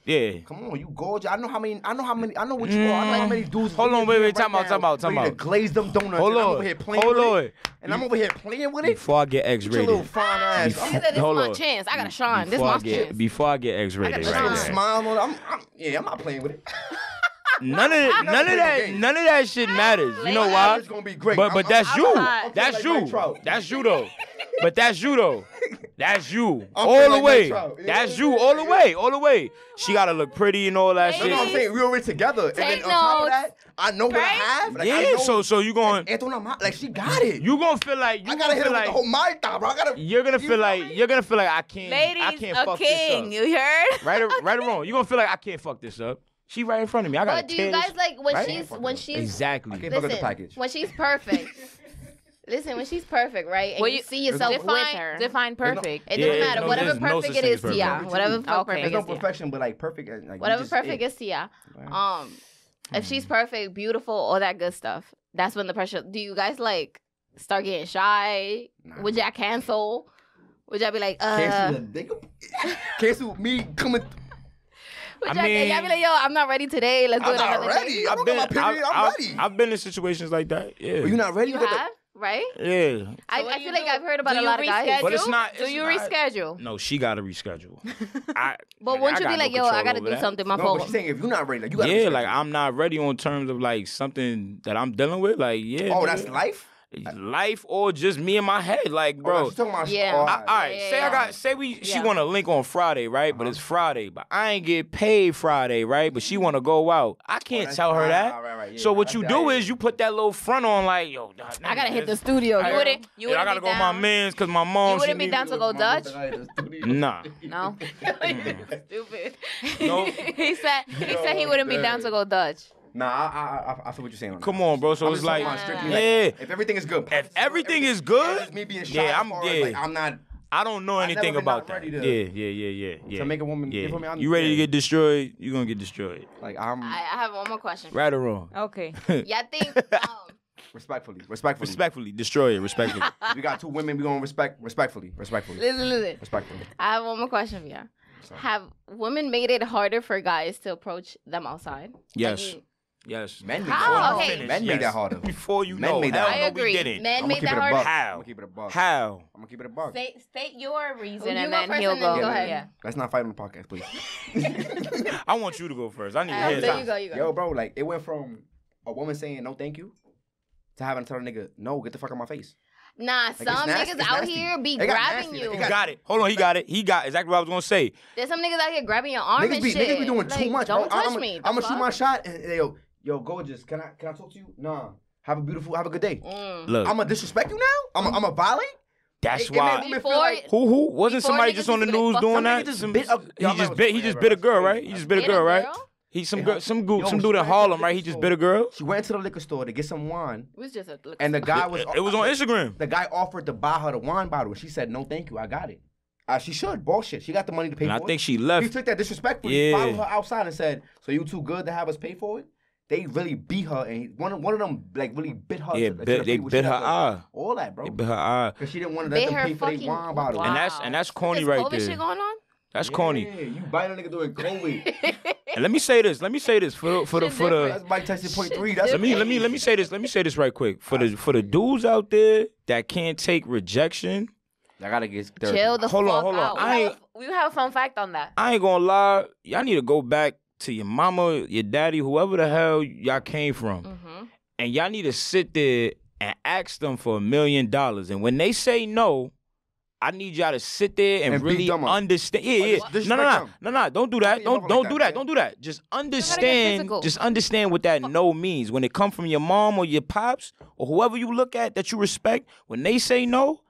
S1: Yeah. Come on, you gorgeous. I know how many. I know how many. I know what you are. I know how many dudes.
S2: Mm. Hold on, wait, wait, time out, time out, time
S1: ready
S2: out.
S1: To glaze them donuts.
S2: Hold
S1: and I'm
S2: on,
S1: over here playing
S2: hold
S1: with
S2: on.
S1: it, and I'm over here playing with it.
S2: Before I get X
S1: Get your little
S2: rated,
S1: fine ass.
S4: He
S1: I'm,
S4: said, this
S2: Hold
S4: my
S2: on.
S4: chance. I gotta shine. This
S2: before I
S4: my
S2: get
S4: chance.
S2: before I get X
S1: I
S2: rated,
S1: got a little
S2: right there.
S1: smile on. I'm, I'm, yeah, I'm not playing with it.
S2: None of
S1: I'm not
S2: none of
S1: playing the
S2: that
S1: game.
S2: none of that shit matters. You know
S1: My
S2: why?
S1: average gonna be great.
S2: But but
S1: I'm-
S2: that's
S1: I'm-
S2: you.
S1: I'm- I'm
S2: That's
S1: feeling like
S2: you.
S1: Mike Trout.
S2: That's you though. But that's
S1: (laughs)
S2: you though. That's you
S1: I'm
S2: all
S1: feeling
S2: the
S1: like
S2: way.
S1: Mike Trout. You know
S2: That's
S1: what I'm
S2: you all the
S1: saying?
S2: way. All the way. She gotta look pretty and all that
S1: No,
S2: shit.
S1: no, I'm saying we already together, and then
S4: Take
S1: on top of
S4: notes.
S1: that, I know what I have. Like, I
S2: yeah.
S1: know,
S2: So so you going
S1: Antoine, I'm hot. like she got it.
S2: you gonna feel like
S1: I
S2: you
S1: gotta
S2: gonna
S1: hit her
S2: feel
S1: with the
S2: like
S1: whole my thigh, bro. I gotta.
S2: you're gonna
S1: you
S2: feel
S1: know
S2: like
S1: me?
S2: you're gonna feel like I can't. I
S3: Ladies,
S2: can't
S3: a
S2: fuck
S3: king.
S2: this up.
S3: You heard?
S2: Right or- right or wrong. You're gonna feel like I can't fuck this up. She right in front of me. I gotta
S4: But do you
S2: tear this-
S4: guys like when
S2: right?
S4: she's when she's
S2: exactly.
S1: Okay, fuck up the
S4: listen,
S1: package.
S4: when she's perfect? listen, when she's perfect, right? And
S3: Well,
S4: you,
S3: you-
S4: see yourself
S3: define,
S4: with her.
S3: define
S1: There's no-
S3: perfect.
S4: it
S2: Yeah,
S4: doesn't
S2: there's
S4: matter.
S2: no-
S4: whatever
S2: there's no
S4: perfect
S2: such
S4: it
S2: thing
S4: is,
S2: as perfect.
S4: Tia. Whatever
S3: Okay.
S4: perfect
S1: There's
S4: it
S1: no
S4: is, Tia.
S1: perfection, but like perfect. uh, Like, you
S4: Whatever
S1: just-
S4: perfect
S1: it-
S4: is, Tia. Um, if she's perfect, beautiful, all that good stuff, that's when the pressure. Do you guys like start getting shy?
S1: Nah.
S4: Would y'all cancel? Would y'all be like, uh?
S1: Cancel the nigga. Cancel me coming.
S4: Would
S2: I
S4: y'all, y'all be
S2: mean-
S4: like, yo, I'm not ready today. Let's do
S1: I'm
S4: it
S1: not
S4: another day.
S1: ready. I don't got my period. I'm
S2: I've-
S1: ready.
S2: I've been in situations like that. Yeah.
S1: You're not ready.
S4: You
S1: got the-
S4: have, right?
S2: yeah.
S4: I, I
S3: what do
S4: feel
S3: you
S4: like
S3: do?
S4: I've heard about
S3: Do
S4: a
S3: you
S4: lot of guys.
S3: reschedule?
S2: But it's not.
S3: Do
S2: it's
S3: you
S2: not-
S3: reschedule?
S2: No, she got
S4: (laughs)
S2: to reschedule. I,
S4: But
S2: like,
S4: won't you
S2: I
S4: be
S2: got
S4: like,
S2: no
S4: yo, I
S2: control
S4: gotta
S2: over
S4: do
S2: that.
S4: something. My
S1: No,
S4: phone.
S1: but she's saying if you're not ready, like you gotta.
S2: yeah,
S1: reschedule.
S2: like I'm not ready on terms of like something that I'm dealing with. Like, yeah.
S1: Oh,
S2: nigga.
S1: that's life,
S2: Life or just me in my head. Like,
S1: Oh,
S2: bro.
S1: that's- you're talking about-
S4: Yeah.
S1: Oh,
S2: I, all right,
S4: Yeah, yeah,
S2: say
S4: yeah.
S2: I got say we she
S4: Yeah.
S2: want to link on Friday, right?
S1: Uh-huh.
S2: But it's Friday, but I ain't get paid Friday, right? But
S4: Mm-hmm.
S2: she want to go out. I can't
S1: that's-
S2: tell her
S1: ah,
S2: that.
S1: right, right, yeah,
S2: so what
S1: I
S2: you
S1: see
S2: do
S1: how you-
S2: is you put that little front on, like yo, nah,
S4: I gotta hit the
S2: this.
S4: studio.
S2: I-
S4: girl.
S3: You wouldn't. You
S2: Yeah,
S3: wouldn't
S2: I gotta
S3: be
S2: go with
S3: down.
S2: my man's because my mom.
S3: You
S2: she
S3: wouldn't be
S2: need-
S3: down to go Dutch.
S2: Nah.
S3: No.
S2: Mm-mm.
S3: Stupid. (laughs)
S2: No.
S3: he said. He said he
S1: No,
S3: wouldn't be down
S1: dang.
S3: to go Dutch.
S1: Nah, I, I, I, I feel what you're saying. on
S2: Come
S1: that.
S2: on, bro. So
S1: I'm
S2: it's
S1: just talking
S2: like,
S1: about strictly, like,
S2: yeah.
S1: If everything is good,
S2: If everything is good,
S1: it's me being shy.
S2: yeah,
S1: Yeah,
S2: I'm-
S1: I'm.
S2: yeah.
S1: like, I'm not.
S2: I don't know
S1: I've never
S2: anything
S1: been not
S2: about that.
S1: ready
S2: Yeah,
S1: to-
S2: yeah, yeah, yeah, yeah.
S1: make a woman-
S2: yeah.
S1: for me, I'm-
S2: you ready to
S1: yeah.
S2: get destroyed? You are gonna get destroyed,
S1: Like I'm
S4: I, I have one more question.
S2: right or wrong?
S1: Oh.
S3: Okay.
S4: Y'all think? Um,
S1: respectfully, respectfully.
S2: Respectfully, destroy
S1: (laughs)
S2: it. Respectfully.
S1: we got two women. We gonna respect respectfully, respectfully,
S4: listen, listen.
S1: respectfully.
S4: I have one more question for y'all.
S1: So,
S4: Have women made it harder for guys to approach them outside?
S2: yes,
S4: Like,
S2: yes.
S1: men made
S4: How?
S1: that
S2: Before you
S4: Okay.
S2: finish,
S1: Men made
S2: yes.
S1: that harder.
S2: Before you
S1: Men
S2: know,
S1: made that harder.
S2: hell no,
S3: I
S2: We
S3: agree.
S2: didn't.
S4: Men
S1: I'ma
S4: made
S1: keep
S4: that
S1: it a
S4: harder.
S1: buck.
S2: How?
S1: I'ma keep it a buck.
S2: How?
S1: I'm gonna keep it a buck.
S3: State state your reason,
S4: You go
S3: and then
S4: first
S3: he'll
S4: and then
S3: go.
S4: go ahead.
S3: Yeah.
S1: Let's not fight on the podcast,
S4: (laughs)
S1: please. (laughs)
S2: I want you to go first. I need to
S4: Uh,
S2: hear
S4: there you
S2: that.
S4: go. You go.
S1: Yo, bro, like it went from a woman saying no, thank you, to having to tell a nigga no, get the fuck out my face.
S4: Nah,
S1: it's
S4: some
S1: nasty,
S4: niggas
S1: it's
S4: out
S1: nasty.
S4: here be
S1: They got
S4: grabbing
S1: nasty,
S4: you.
S1: like,
S2: He got it. Hold on, he got it. He got exactly what I was gonna say.
S4: There's some niggas out here grabbing your arm
S1: niggas
S4: and
S1: be
S4: shit.
S1: niggas be doing
S4: Like,
S1: too much.
S4: Don't
S1: bro.
S4: touch
S1: I'm,
S4: me.
S1: I'm gonna shoot my shot and and yo, yo, gorgeous. Can I can I talk to you? Nah. Have a beautiful, have a good day.
S4: Mm.
S2: Look,
S1: I'm gonna disrespect you now. I'm a, I'm a violate.
S2: that's
S1: It- it made
S2: why.
S1: me feel
S4: Before,
S1: like-
S2: Who who wasn't
S4: Before
S2: somebody
S4: niggas
S2: just on the
S4: used to be
S2: news
S4: like,
S2: doing
S4: "Fuck,
S1: some
S2: that?
S1: nigga just bit up-
S2: he
S1: Y'all might
S2: just
S1: was
S2: bit he
S1: playing,
S2: just
S1: bro.
S2: bit a
S1: That's
S2: girl, right?
S1: crazy.
S2: He just bit a
S4: Bit a
S2: girl, right?
S4: girl?
S2: He some
S1: Yeah.
S2: girl, some dude,
S1: Yo,
S2: some
S1: she went
S2: dude in
S1: to the
S2: Harlem, right? He
S1: liquor
S2: just
S1: store.
S2: bit a girl.
S1: She went to the liquor store to get some wine,
S4: It was just a look.
S1: and the guy was
S2: It was on Instagram.
S1: the guy offered to buy her the wine bottle. She said no, thank you, I got it. Uh, she should bullshit. She got the money to pay
S2: And I
S1: for it.
S2: think she
S1: he
S2: left.
S1: took that disrespectfully,
S2: Yeah.
S1: followed her outside and said, "So you too good to have us pay for it?" They really beat her, and he- one of- one of them like really bit her.
S2: Yeah,
S1: to- to
S2: bit-
S1: the
S2: they
S1: point where she
S2: bit her
S1: had to-
S2: eye.
S1: All that, bro,
S2: They bit her eye.
S1: because she didn't want to
S4: Bit
S1: let them
S4: her
S1: pay for their
S4: fucking-
S1: wine bottle.
S3: Wow.
S2: And that's and that's corny
S4: Is
S2: right
S4: COVID
S2: there.
S4: shit going on?
S2: That's corny.
S1: Yeah, you bite a nigga doing
S2: (laughs)
S1: COVID.
S2: And let me say this. Let me say this for the, for the for the
S1: that's Mike Tyson point three. That's
S2: let me let me let me say this. Let me say this right quick for the for the dudes out there that can't take rejection.
S1: I gotta get therapy.
S4: Chill the
S2: Hold
S4: fuck
S2: on, hold on.
S4: out.
S2: I ain't-
S3: Oh, we have a fun fact on that.
S2: I ain't gonna lie. Y'all need to go back to your mama, your daddy, whoever the hell y'all came from,
S4: Mhm.
S2: and y'all need to sit there and ask them for a million dollars. And when they say no. I need y'all to sit there and,
S1: And be
S2: really
S1: dumber.
S2: understand. Yeah,
S1: Like,
S2: yeah.
S1: disrespect
S2: No, no, no,
S1: them.
S2: no, no. Don't do
S1: Don't
S2: that.
S1: be
S2: Don't
S1: dumb
S2: don't
S1: like
S2: do
S1: that,
S2: that. Don't do that. Just understand.
S4: physical.
S2: Just understand what that no means. When it come from your mom or your pops or whoever you look at that you respect, when they say no,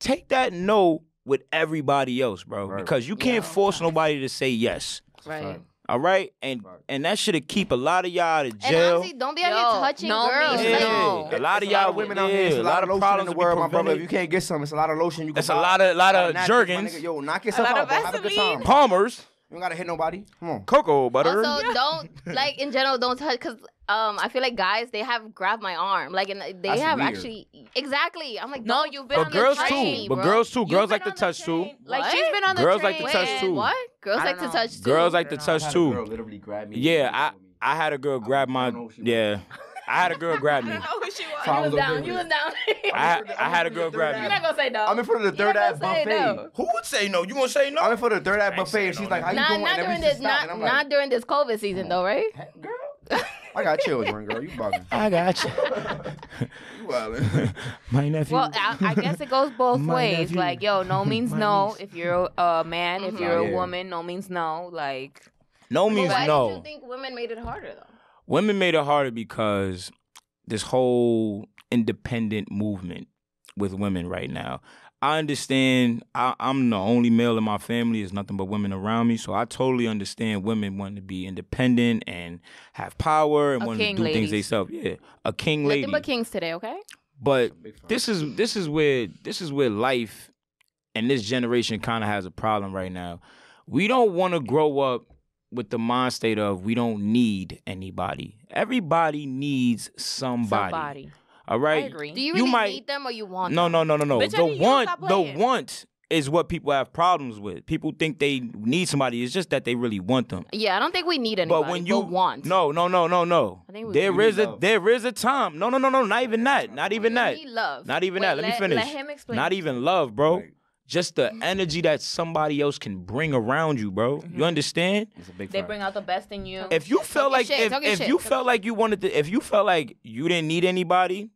S2: take that no with everybody else, bro.
S1: Right.
S2: Because you can't
S4: Yeah.
S2: force nobody to say yes.
S4: Right.
S2: All right, and
S1: Right.
S2: and that should keep a lot of y'all out of
S4: And
S2: jail.
S4: honestly, don't be out
S3: Yo,
S4: here touching
S3: no
S4: girls.
S3: means
S4: Like,
S3: no.
S2: Yeah, a lot of
S1: It's
S2: y'all
S1: women
S2: yeah,
S1: out here. It's a lot of
S2: problems
S1: lotion in the
S2: to be
S1: world, my brother. If
S2: prevented.
S1: you can't get some, it's a lot of lotion. You can
S2: It's a
S1: buy.
S2: lot of lot of
S1: Nah, just, my nigga,
S2: Jergens,
S1: Yo, knock yourself
S3: lot
S1: out.
S3: of
S1: bro. Have a good
S3: Vaseline.
S1: time. You
S2: Palmers,
S1: don't gotta hit nobody. Come on.
S2: cocoa butter.
S4: Also, don't like in general. Don't touch because um, I feel like guys they have grabbed my arm. Like and they
S1: That's
S4: have
S1: weird.
S4: actually exactly. I'm like
S3: No,
S4: don't-
S3: you've been
S2: but
S3: on
S2: girls
S3: the train.
S2: too.
S4: bro.
S2: But girls too.
S3: You've
S2: Girls
S3: been
S2: like to
S3: on the
S2: touch too.
S3: train. Like
S4: What?
S3: she's been on the
S2: Girls like
S3: train.
S2: to touch
S4: Wait,
S2: too.
S4: What girls
S3: I
S4: like to
S3: don't know.
S4: touch too.
S2: Girls like to
S3: I
S2: touch
S1: had a girl
S2: too.
S1: literally grab me.
S2: Yeah,
S1: and
S2: I
S1: with me.
S2: I had a girl grab my
S1: I know she was.
S2: yeah. I had a girl grab me.
S3: know who she was.
S1: So (laughs) I
S4: He was
S1: was okay
S4: down.
S1: with
S4: He
S1: it.
S4: was down.
S2: (laughs) I- I had a girl grab me.
S1: (laughs)
S4: You're not gonna say no.
S1: I'm in front of the
S4: You're
S1: third
S4: not
S1: ass
S4: gonna say
S1: buffet.
S4: no.
S2: Who would say no? You gonna say
S1: I'm in front of the third ass
S2: ain't
S1: buffet.
S2: saying
S1: and She's
S2: no,
S1: like, "How you
S4: Not
S1: doing?"
S4: not
S1: And
S4: during
S1: everything
S4: this
S1: stopped,
S4: not
S1: and I'm
S4: not during this COVID season though, right?
S1: like, "Girl, I got children, girl. You
S3: (laughs)
S1: bugging? (laughs)
S2: I got you.
S1: You wildin'."
S2: My nephew.
S3: Well, I, I guess it goes both
S2: My
S3: ways.
S2: nephew.
S3: Like, yo, no means
S2: My
S3: no.
S2: niece.
S3: If you're a man, if
S4: Mhm.
S3: you're a
S1: Yeah.
S3: woman, no means no. Like,
S2: no
S4: But
S2: means
S4: why did
S2: no.
S4: you think women made it harder though?
S2: Women made it harder because this whole independent movement with women right now. I understand. I, I'm the only male in my family. There's nothing but women around me, so I totally understand women wanting to be independent and have power and
S3: A
S2: wanting
S3: king,
S2: to do
S3: ladies.
S2: things themselves. Yeah, a king lady.
S4: Nothing but kings today, okay?
S2: but
S1: Big time.
S2: this is this is where this is where life and this generation kind of has a problem right now. We don't want to grow up with the mind state of we don't need anybody. Everybody needs somebody.
S3: somebody.
S2: All right.
S3: I agree.
S4: Do you
S2: You
S4: really
S2: might-
S4: need them or you want
S2: No,
S4: them?
S2: no, no, no, no.
S3: Bitch, I
S2: the
S3: need you to
S2: want,
S3: stop
S2: the
S3: playing.
S2: want is what people have problems with. People think they need somebody. It's just that they really want them.
S4: Yeah, I don't think we need anybody.
S2: but when you
S4: want,
S2: no, no, no, no, no.
S4: I think we-
S2: There
S1: We
S2: is
S1: need
S2: a
S1: love.
S2: there is a time. No, no, no, no. Not even that. Not
S4: We
S2: even that.
S4: need love.
S2: Not even
S3: Wait,
S2: that. Let, me
S3: let-
S2: finish.
S3: let him explain.
S2: Not even love, bro.
S1: Right.
S2: Just the energy that somebody else can bring around you, bro.
S3: Mm-hmm.
S2: You understand?
S1: It's a big
S3: They
S1: fact.
S3: bring out the best in you.
S2: If you
S4: Talking
S2: felt like
S4: shit,
S2: if,
S4: talking
S2: if
S4: shit,
S2: you
S4: talking
S2: felt like you wanted to, if you felt like you didn't need anybody,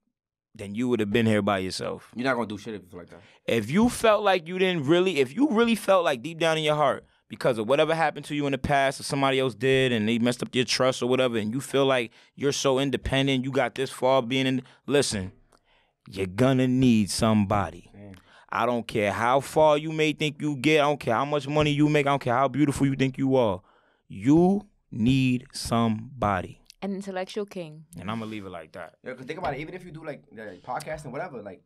S2: then you would have been here by yourself.
S1: You're not gonna do shit if you feel like that.
S2: If you felt like you didn't really, if you really felt like deep down in your heart, because of whatever happened to you in the past or somebody else did and they messed up your trust or whatever, and you feel like you're so independent, you got this far being in, listen, you're gonna need somebody. I don't care how far you may think you get, I don't care how much money you make, I don't care how beautiful you think you are. You need somebody.
S3: An intellectual king.
S2: And I'm gonna leave it like that.
S1: Yeah, cause think about it. Even if you do like the podcast and whatever, like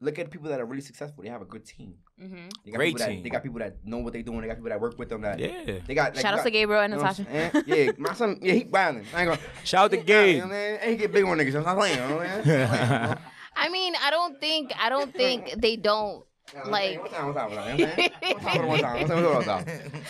S1: look at people that are really successful. They have a good team.
S3: Mm-hmm.
S1: They got
S2: Great
S1: people that,
S2: team.
S1: They got people that know what they're doing. They got people that work with them. That
S2: Yeah.
S1: They got like,
S3: Shout
S1: you
S3: out
S1: got-
S3: to Gabriel
S1: (laughs)
S3: and
S1: you know what I'm
S3: Natasha.
S1: saying? yeah, my son. Yeah, he violent.
S2: (laughs)
S1: I ain't gonna.
S2: Shout out to
S1: You know
S2: Gabe.
S1: what I'm saying? And he get big one niggas. I'm not playing. You know what I'm saying?
S2: (laughs) Shout
S4: I mean, I don't think I don't think they don't
S1: Yeah,
S4: Like-
S1: one time, one time, one time, you know what I'm saying? One time, one time, one time, one time, one time.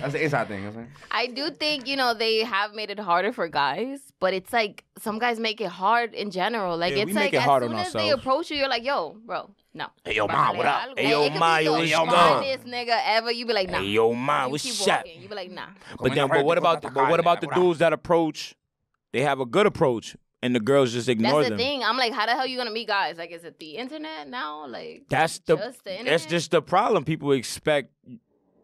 S1: That's the inside thing. You know what I'm saying?
S4: I do think, you know, they have made it harder for guys, but it's like some guys make it hard in general. Like
S2: Yeah, we
S4: it's
S2: make
S4: like
S2: it
S4: as
S2: hard
S4: soon
S2: on
S4: as they
S2: ourselves.
S4: approach you, you're like, yo, bro, no.
S2: Hey yo, ma, what up? Hey yo,
S4: Like, it could
S2: ma,
S4: be
S2: yo,
S4: the
S2: yo, ma.
S4: smartest nigga ever. You be like, nah.
S2: Hey yo, ma,
S4: You
S2: what's
S4: keep
S2: up?
S4: walking. You be like, nah.
S2: But
S1: Come
S2: then, but
S1: in
S2: what
S1: the
S2: about the,
S1: party,
S2: but what about the
S1: what up?
S2: dudes that approach? They have a good approach, and the girls just
S4: That's
S2: ignore
S4: the
S2: them.
S4: thing. I'm like, how the hell you gonna meet guys? Like, is it the internet now? Like,
S2: That's the,
S4: Just the
S2: that's
S4: internet?
S2: just the problem. People expect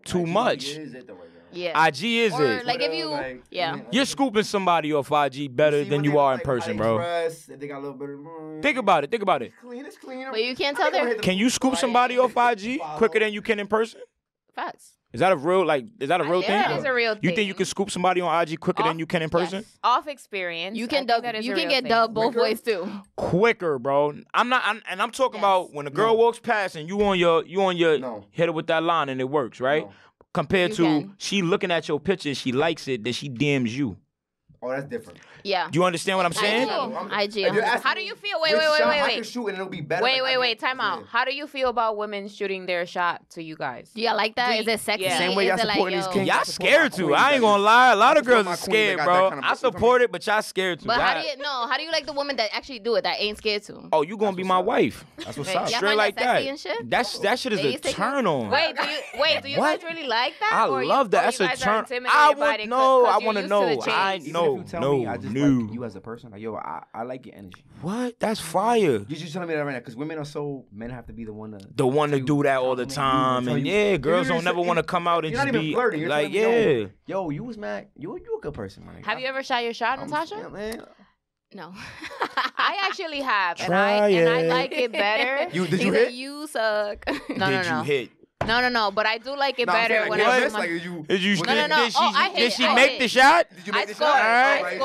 S2: too
S1: Like,
S2: much.
S1: it is it the way, yo.
S4: yeah.
S2: IG is
S4: Or,
S2: it?
S4: like, if you-
S1: Like,
S4: yeah.
S1: you know,
S2: You're scooping somebody off IG better
S1: see
S2: than
S1: when
S2: you
S1: they
S2: are
S1: look
S2: in
S1: like
S2: person, bro.
S1: AliExpress, if They got a little bit of money.
S2: Think about it. Think about it.
S1: It's clean. It's clean.
S4: but you can't
S1: I think
S4: tell
S1: I'm
S4: their
S1: gonna hit the-
S4: (laughs)
S2: Can you scoop somebody off IG
S1: Follow.
S2: quicker than you can in person?
S4: facts.
S2: Is that a real like? Is that a real
S3: That
S2: thing?
S3: is a real thing.
S2: you think you can scoop somebody on IG quicker
S3: Off-
S2: than you can in person?
S3: Yes. Off experience.
S4: You
S3: I
S4: can
S3: think
S4: dub,
S3: that is a
S4: you can
S3: real
S4: get
S3: thing.
S4: dubbed both
S1: Quicker?
S4: ways too.
S2: Quicker, bro. I'm not, I'm, and I'm talking
S4: Yes.
S2: about when a girl
S1: No.
S2: walks past and you on your, you on your,
S1: No.
S2: hit her with that line and it works, right?
S1: No.
S2: Compared
S4: You
S2: to
S4: can.
S2: she looking at your picture, she likes it, then she DMs you.
S1: Oh, that's different.
S4: Yeah.
S2: Do you understand what I'm saying?
S4: IG,
S3: do.
S1: I'm-
S4: IG,
S1: if you're
S4: 100%.
S1: asking
S3: How do you feel? Wait,
S1: which
S3: wait, wait,
S1: shot
S3: wait,
S1: I can
S3: wait.
S1: shoot and it'll be better.
S3: Wait,
S1: like, I
S3: wait, wait.
S1: did-
S3: Time out.
S1: Yeah.
S3: How do you feel about women shooting their shot to you guys?
S4: Do y'all like that?
S3: Do
S4: Is it sexy?
S3: yeah.
S1: Same way y'all
S4: Is it
S1: supporting these
S4: yo-
S1: kings.
S2: Y'all
S1: I support
S2: scared
S1: my
S2: to.
S1: queens
S2: I ain't
S1: that-
S2: gonna lie. A lot of
S1: I support
S2: girls
S1: my
S2: are
S1: queens that
S2: scared,
S1: got that
S2: bro.
S1: kind of
S2: I
S1: pussy from
S2: support
S1: me.
S2: it, but y'all scared to.
S4: But how
S2: Y'all-
S4: do you no? How do you like the woman that actually do it? That ain't scared to.
S2: oh, you gonna
S1: That's
S2: be
S1: what's
S2: my
S1: up. Uh,
S2: wife?
S1: That's what's
S4: Y'all
S1: up.
S4: find
S2: Straight like
S4: that sexy
S2: that.
S4: and shit?
S2: That's that shit is
S4: Ladies
S2: a
S4: take notes?
S2: turn on.
S3: Wait, do you wait? Do you
S2: What?
S3: guys really like that?
S2: I
S3: Or you-
S2: love that.
S3: or
S2: That's
S3: you
S2: a
S3: guys are
S2: turn-
S3: intimidated
S2: I
S3: by
S2: would
S3: it 'cause-
S2: know.
S3: 'cause
S2: I
S3: you used
S2: wanna
S3: to the
S2: know. I
S3: change.
S1: Even
S2: know.
S1: if you tell
S2: no,
S1: me, I just
S2: no.
S1: like you as a person. Like, yo, I, I like your energy.
S2: What? That's fire.
S1: You're just telling me that right now because women are so men have to be the one to.
S2: The one to
S1: Tell you-
S2: do that all the
S1: tell you-
S2: time,
S1: tell
S2: and
S1: you-
S2: yeah,
S1: you
S2: girls
S1: really
S2: don't never
S1: said-
S2: want to come out and
S1: You're not
S2: just
S1: even
S2: be
S1: flirting. You're
S2: like,
S1: telling me,
S2: yeah.
S1: Yo, you was mad. You you a good person, man.
S3: Have you ever shot your shot, Natasha? (laughs)
S1: man.
S4: No.
S3: I actually have, and
S2: Try
S3: I and I
S2: it.
S3: like it better.
S1: (laughs) You did
S4: He
S1: you
S4: said,
S1: hit?
S4: You suck.
S3: No,
S2: did
S3: no,
S2: you
S3: no.
S2: hit?
S3: No, no, no. But I do like it
S1: Nah, I'm
S3: better
S1: saying,
S3: when
S1: like,
S3: I
S1: you
S3: do
S1: missed,
S3: my-
S1: like, you-
S2: Did you?
S1: No, no,
S2: did,
S3: no.
S2: Did she,
S3: Oh, I
S2: did
S3: hit
S2: she
S3: it. I
S2: make
S3: hit
S2: the
S3: it.
S2: shot?
S1: Did you
S3: I
S1: make the
S3: scored.
S1: shot?
S2: I
S1: Alright,
S3: scored.
S1: let's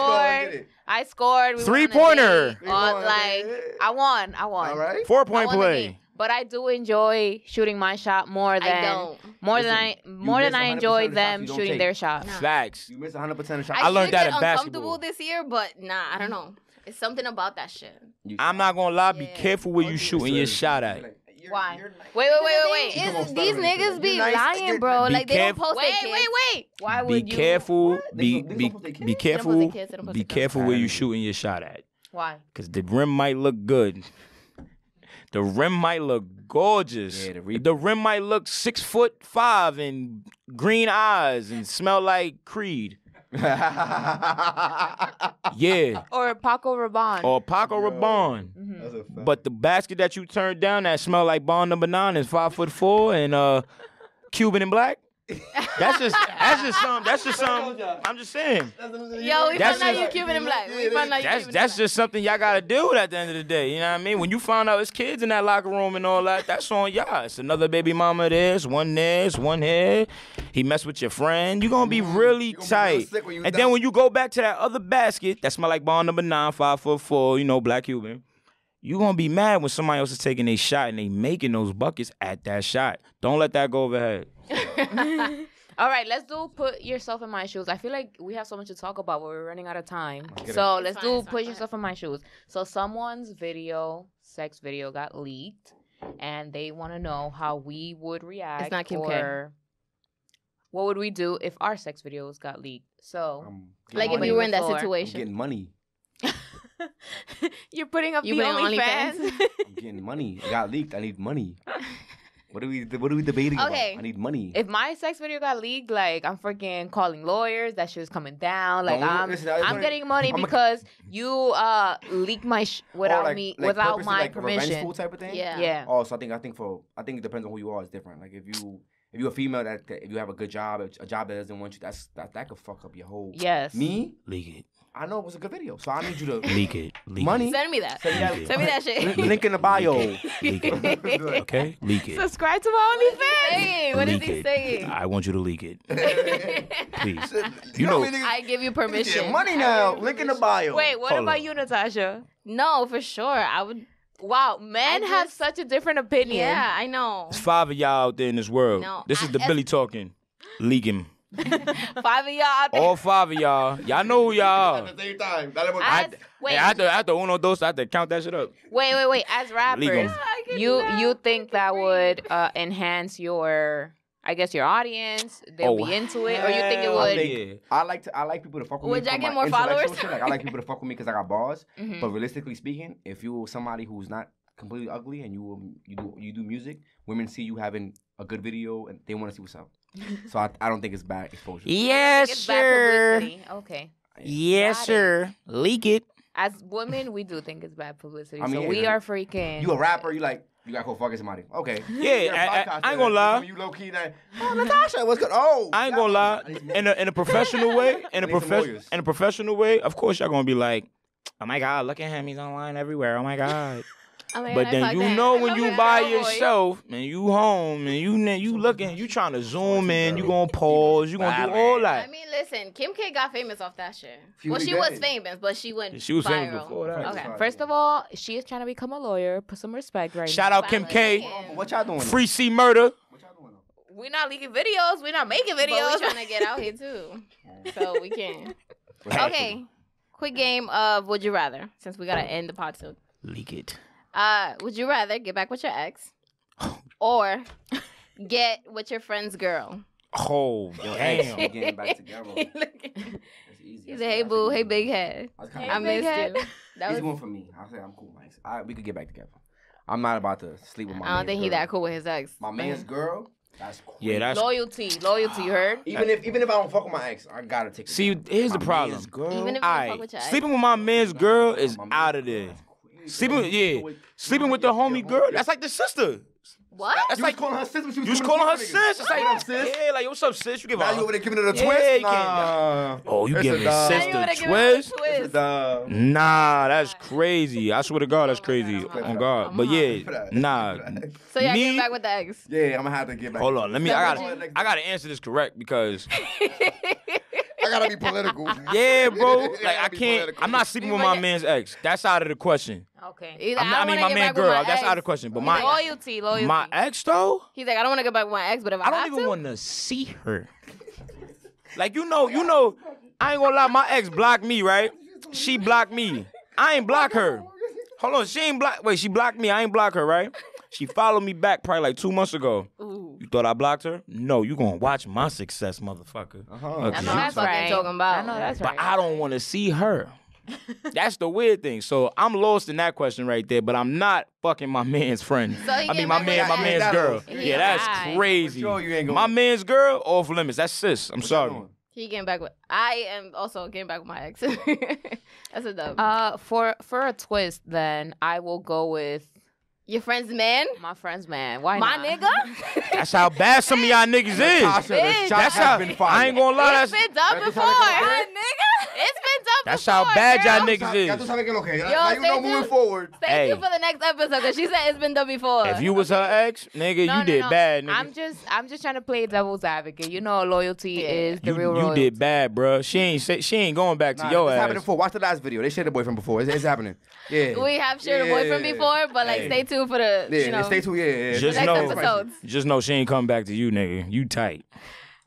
S1: go, get it.
S3: I scored. We went on a
S2: Three-pointer.
S3: date,
S1: We
S3: Or
S1: won,
S3: like
S1: yeah.
S3: I won. I won.
S1: All right.
S2: Four
S3: I
S2: point
S3: won the
S2: play.
S3: game. But I do enjoy shooting my shot more than
S4: I don't.
S3: more than I
S1: Listen, you
S3: more than
S1: miss
S3: I
S1: 100%
S3: enjoy
S1: of the shots
S3: them
S1: you don't
S3: shooting
S1: take.
S3: their shot.
S4: Nah.
S2: Facts.
S1: You missed 100 percent of shots.
S2: I learned
S4: should
S2: that
S4: get
S2: in basketball.
S4: uncomfortable this year, but nah, I don't know. It's something about that shit.
S1: You-
S2: I'm not gonna lie. Be
S4: Yeah.
S2: careful where you
S1: It's
S2: shooting your
S1: serious.
S2: shot at.
S1: Like, you're-
S3: Why?
S1: you're nice.
S3: Wait, wait, wait, wait,
S1: You
S3: wait.
S1: come on,
S4: Is,
S1: stop
S4: these
S1: it right there.
S4: niggas be
S1: You're nice,
S4: lying,
S1: you're- (laughs)
S4: bro.
S2: Be
S4: Like they don't
S2: careful.
S4: post
S3: Wait,
S4: their
S3: wait,
S4: kids.
S3: wait. Why
S2: Be
S3: would you?
S2: careful.
S1: They
S2: Be
S1: don't- they
S2: be
S1: don't post their
S2: be
S1: kids.
S4: They don't post their
S2: careful.
S4: kids, they don't post
S2: Be
S4: their kids.
S2: careful where you
S1: Alright.
S2: shooting your shot at.
S3: Why?
S2: Cause the rim might look good. The rim might look gorgeous.
S1: Yeah, the re-
S2: the rim might look six foot five and green eyes and smell like Creed.
S1: That's
S2: Yeah.
S3: Or Paco Rabanne.
S2: or Paco
S1: Yo. Mm-hmm.
S2: Rabanne.
S3: Mhm.
S1: a fact.
S2: But the basket that you turned down that smelled like bond number nine is five foot four and uh Cuban and black. That's just that's just some that's just some I'm just saying.
S4: Yo, we
S2: That's
S4: found out you
S2: just-
S4: Cuban and black. We found out you
S2: That's
S4: Cuban
S2: that's just something y'all gotta deal with at the end of the day. You know what I mean? When you find out it's kids in that locker room and all that, that's on y'all. It's another baby mama this, one this, one here. He messed with your friend. you gonna be really
S1: Mm-hmm. You gonna be real
S2: tight.
S1: sick when you
S2: and
S1: done.
S2: then when you go back to that other basket, that smell like bond number nine, five foot four, you know, black Cuban. you gonna be mad when somebody else is taking a shot and they making those buckets at that shot. Don't let that go overhead.
S3: All right, let's do put yourself in my shoes. I feel like we have so much to talk about, but we're running out of time.
S1: get it.
S3: So
S4: It's
S3: let's
S4: fine,
S3: do
S4: it's fine,
S3: put
S4: go
S3: yourself in my shoes. So someone's video, sex video, got leaked, and they want to know how we would react.
S4: not Kim K.
S3: or What would we do if our sex videos got leaked?
S2: Um,
S3: So
S1: I'm getting
S4: Like if
S1: money.
S4: you were in that
S3: Before.
S1: I'm
S4: situation.
S1: getting money.
S3: you're putting up
S4: You been on OnlyFans?
S1: I'm getting money. It got leaked. I need
S4: (laughs)
S1: money. What are we? What are we debating
S4: Okay.
S1: about? I need money.
S3: if my sex video got leaked, like I'm freaking calling lawyers, that shit's coming down. Like
S1: Don't-
S3: I'm,
S1: listen, I-
S3: I'm getting
S1: (laughs)
S3: money
S1: I'm a-
S3: because you uh leak my sh-
S1: Or
S3: without
S1: like-
S3: me
S1: like
S3: without
S1: purposely,
S3: my
S1: like a
S3: permission.
S1: Revengeful type of thing.
S4: Yeah.
S3: Yeah.
S1: Oh, so I think I think for I think it depends on who you are. It's different. Like if you if you're a female that that- if you have a good job, a- a job that doesn't want you, that's that that could fuck up your whole.
S3: Yes.
S1: Me,
S2: Leak it.
S1: I know it was a good video, so I need
S4: (laughs)
S1: you to
S2: Leak it. Leak
S1: Money.
S4: Send me that.
S1: Send me that-
S4: Send me that shit.
S2: (laughs)
S1: (laughs) Link- link in the bio.
S2: it.
S1: (laughs)
S2: Leak it. Okay? Leak it.
S3: Subscribe to my OnlyFans.
S4: Hey, what is
S2: Leak
S4: he
S2: it.
S4: saying?
S2: I want you to leak it. Please.
S3: (laughs)
S1: you
S2: know-
S1: know, niggas-
S4: I give you
S1: you get
S4: permission.
S1: money now. Link in the bio.
S3: Wait, what
S2: Hold
S3: about
S2: on.
S3: you, Natasha?
S4: No, for sure. I would.
S3: Wow, men
S4: I
S3: have
S4: just-
S3: such a different opinion. (laughs)
S4: Yeah, I
S2: (laughs)
S4: know.
S2: It's five of y'all out there in this world.
S4: No,
S2: this
S4: I-
S2: is the
S4: it's-
S2: Billy talking. Leak him.
S4: Five of y'all
S1: Oh.
S4: out there.
S2: All five of y'all. Y'all know who y'all are.
S1: At the same time, that was-
S3: I-
S2: Hey,
S3: wait.
S2: I have to, I have to uno dos. I have to count that shit up.
S3: Wait, wait, wait. As rappers,
S4: can
S3: you
S4: laugh,
S3: you
S4: I
S3: think
S4: can
S3: that
S4: breathe.
S3: would uh, enhance your, I guess, your audience? They'll
S2: Oh,
S3: be into it, or you think it
S2: hell
S3: would?
S2: yeah.
S1: I like to I like people to fuck with
S4: Would
S1: me.
S4: y'all
S1: for
S4: get
S1: my
S4: more
S1: intellectual
S4: followers?
S1: shit. Like I like people to fuck with me because I got
S4: (laughs)
S1: bars.
S3: Mhm.
S1: But realistically speaking, if you somebody who's not completely ugly and you um, you do you do music, women see you having a good video and they want to see
S4: (laughs)
S1: what's up. so I, I don't think it's bad exposure.
S2: Yes,
S3: It's bad publicity. Okay.
S2: Yes,
S3: Got it.
S2: sir. Leak it.
S3: As women, we do think it's bad publicity.
S1: I mean,
S3: so
S1: yeah,
S3: we
S1: yeah.
S3: are freaking.
S1: You a rapper, you like you gotta go fucking somebody.
S2: (laughs)
S1: Okay.
S2: (laughs) Yeah,
S1: You're a
S2: I, I,
S1: podcaster,
S2: I ain't gonna
S1: you know,
S2: lie.
S1: You low key that. Oh, Natasha, what's good? Oh,
S2: I ain't
S1: y'all-
S2: gonna lie.
S1: I need some
S2: In a in a professional
S1: (laughs)
S2: way, in a
S1: I need some
S2: professional
S1: lawyers.
S2: in a professional way, of course y'all gonna be like, oh my god, look at him, he's online everywhere. Oh my god.
S4: I'm like,
S2: But
S4: I
S2: then
S4: fucked
S2: you
S4: that.
S2: know
S4: I
S2: when
S4: fucked
S2: you
S4: that
S2: by
S4: cowboy.
S2: yourself and you home and you na- you looking, you trying to zoom in, you gonna pause, you gonna do all
S4: I
S2: that.
S4: mean, listen, Kim K got famous off that shit.
S1: She
S4: well,
S1: was
S4: she was
S1: dead.
S4: famous, but she went
S2: She was famous
S4: viral.
S2: before that.
S4: Okay.
S3: First of all, she is trying to become a lawyer. Put some respect right
S2: Shout
S3: now.
S2: out Kim K,
S1: what y'all doing?
S2: Free C Murder.
S1: What y'all doing?
S3: We're not leaking videos. We're not making
S4: But we
S3: videos. (laughs)
S4: trying to get out here too, so we can.
S1: What y'all
S4: Okay, quick game of Would You Rather, since we gotta end the pod soon.
S2: Leak it.
S4: Uh, would you rather get back with your ex,
S2: (laughs)
S4: or get with your friend's girl?
S3: (laughs)
S2: Oh
S1: doing? Yo,
S2: damn.
S1: ex, we getting back together.
S2: (laughs)
S4: he
S1: It's easy.
S4: said,
S1: That's-
S4: "Hey
S1: that's
S4: boo,
S1: easy.
S4: hey big head,
S1: That's
S3: Hey,
S1: kinda
S4: I
S1: easy.
S3: big
S4: missed
S3: head.
S4: you."
S1: It's
S4: That was.
S1: one for me. I say I'm cool, Mike. I, we could get back together. I'm not about to sleep with my.
S4: I don't
S1: man's
S4: think he
S1: girl.
S4: that cool with his ex.
S1: My man's girl. That's cool.
S2: Yeah, that's
S3: Loyalty, loyalty. You heard?
S1: Even if even if I don't fuck with my ex, I gotta take. it
S2: see.
S1: down.
S2: Here's the
S1: My
S2: problem.
S1: man's girl.
S4: Even if you
S2: Aight,
S4: fuck with your ex.
S2: sleeping with my man's girl is
S1: My man's
S2: out of
S1: girl,
S2: there.
S1: that's crazy.
S2: Sleeping,
S1: You
S2: yeah,
S1: know it-
S2: sleeping
S1: you
S2: with the
S1: know it-
S2: homie
S1: yo,
S2: girl.
S1: yo,
S2: That's like the sister.
S4: What?
S2: That's
S1: you
S2: like
S1: was calling her sis. when she
S2: you just
S1: coming
S2: calling her
S1: to fuck niggas.
S2: sis. It's like,
S1: What up, sis.
S2: yeah, like what's up, sis? You give
S1: Now you
S2: her.
S1: over there giving it a
S2: Yeah,
S1: twist?
S2: you can't.
S1: Nah.
S2: Oh, you
S1: It's
S2: giving
S1: a dub.
S2: sis
S4: Now you wanna
S2: the
S4: give her a
S2: twist?
S1: It's a dub.
S2: Nah, that's crazy. I swear to God, that's
S4: Oh my God,
S2: crazy.
S4: I'm
S1: hot.
S2: On God,
S4: I'm
S2: but
S4: hot.
S1: For
S2: yeah,
S1: that.
S2: nah.
S1: For that.
S4: So yeah,
S2: Me-
S4: get back with the ex.
S1: (laughs) Yeah, I'm gonna have to get back.
S2: Hold on, let me. I
S4: Now, would
S2: got. to I got to answer this correct (laughs) because
S1: I gotta be political.
S2: (laughs) yeah,
S1: (laughs)
S2: bro.
S1: I
S2: Like I
S1: gotta be
S2: can't.
S1: political.
S2: I'm not sleeping
S4: You
S2: with my
S4: wanna-
S2: man's ex. That's out of the question.
S3: Okay.
S4: He's like,
S2: I'm not- I
S4: don't
S2: mean,
S4: wanna
S2: my
S4: get
S2: man
S4: back with
S2: girl.
S4: my
S2: That's
S4: ex.
S2: out of question. But
S4: He's
S2: my
S4: like, loyalty, loyalty.
S2: my ex though.
S4: He's like, I don't want to go back with my ex, but if I,
S2: I don't
S4: have
S2: even
S4: to,
S2: want to see her. (laughs) Like you know, you know, I ain't gonna lie. My ex blocked me, right? She blocked me. I ain't block her. Hold on, she ain't block. Wait, she blocked me. I ain't block her, right? She followed me back probably like two months ago.
S4: Ooh.
S2: You thought I blocked her? No, you gonna watch my success, motherfucker.
S1: Uh-huh.
S2: Okay.
S4: That's
S2: That's
S4: what I'm
S3: right.
S4: fucking talking about.
S3: I know that's
S2: But
S3: right.
S2: I don't want to
S4: (laughs)
S2: see her. That's the weird thing. So I'm lost in that question right there. But I'm not fucking my man's friend.
S4: So he
S2: I mean
S4: get
S2: my
S4: back with
S2: man, my
S4: that
S2: man's
S1: ass.
S2: girl.
S1: He
S2: Yeah,
S4: lied.
S2: that's crazy.
S1: For sure you ain't gonna-
S2: My man's girl off limits. That's sis. I'm sorry.
S4: He getting back with. I am also getting back with my ex. (laughs) that's a dub.
S3: Uh, for for a twist, then I will go with
S4: Your friend's man,
S3: my friend's man. Why
S4: my
S3: not? (laughs)
S4: nigga.
S2: That's how bad some of y'all niggas is.
S1: Tasha, the
S4: Bitch,
S1: shot
S2: That's
S1: has
S2: how
S1: been
S2: I
S1: fired.
S2: ain't gonna lie.
S4: it's
S2: That's,
S4: been done
S1: That's
S4: (laughs) before.
S1: how they come
S4: My nigga. It's been done
S2: that's
S4: before.
S2: how bad
S4: girl.
S2: y'all
S1: Ya
S2: niggas
S1: tú
S2: is.
S1: sabes que lo que-
S4: Yo,
S1: now you know
S4: stay
S1: moving
S4: tuned.
S1: forward.
S4: Thank you
S2: Hey.
S4: for the next episode because she said it's been done before.
S2: If you was her ex, nigga,
S3: No,
S2: you
S3: no,
S2: did
S3: no.
S2: bad, nigga.
S3: I'm just I'm just trying to play devil's advocate. You know, loyalty
S4: Yeah.
S3: is the
S2: you,
S3: real
S2: you
S3: royal.
S2: did bad, bro. She ain't say, she ain't going back to
S1: Nah,
S2: your
S1: it's
S2: ass.
S1: happened before. Watch the last video. They shared a boyfriend before. It's, it's happening. Yeah.
S4: we have shared
S1: Yeah.
S4: a boyfriend before, but like,
S1: Hey.
S4: stay tuned for the
S1: yeah,
S4: you know
S1: stay tuned. Yeah, yeah. yeah.
S2: Just
S4: next
S2: know.
S4: episodes.
S2: Just know she ain't coming back to you, nigga. You tight.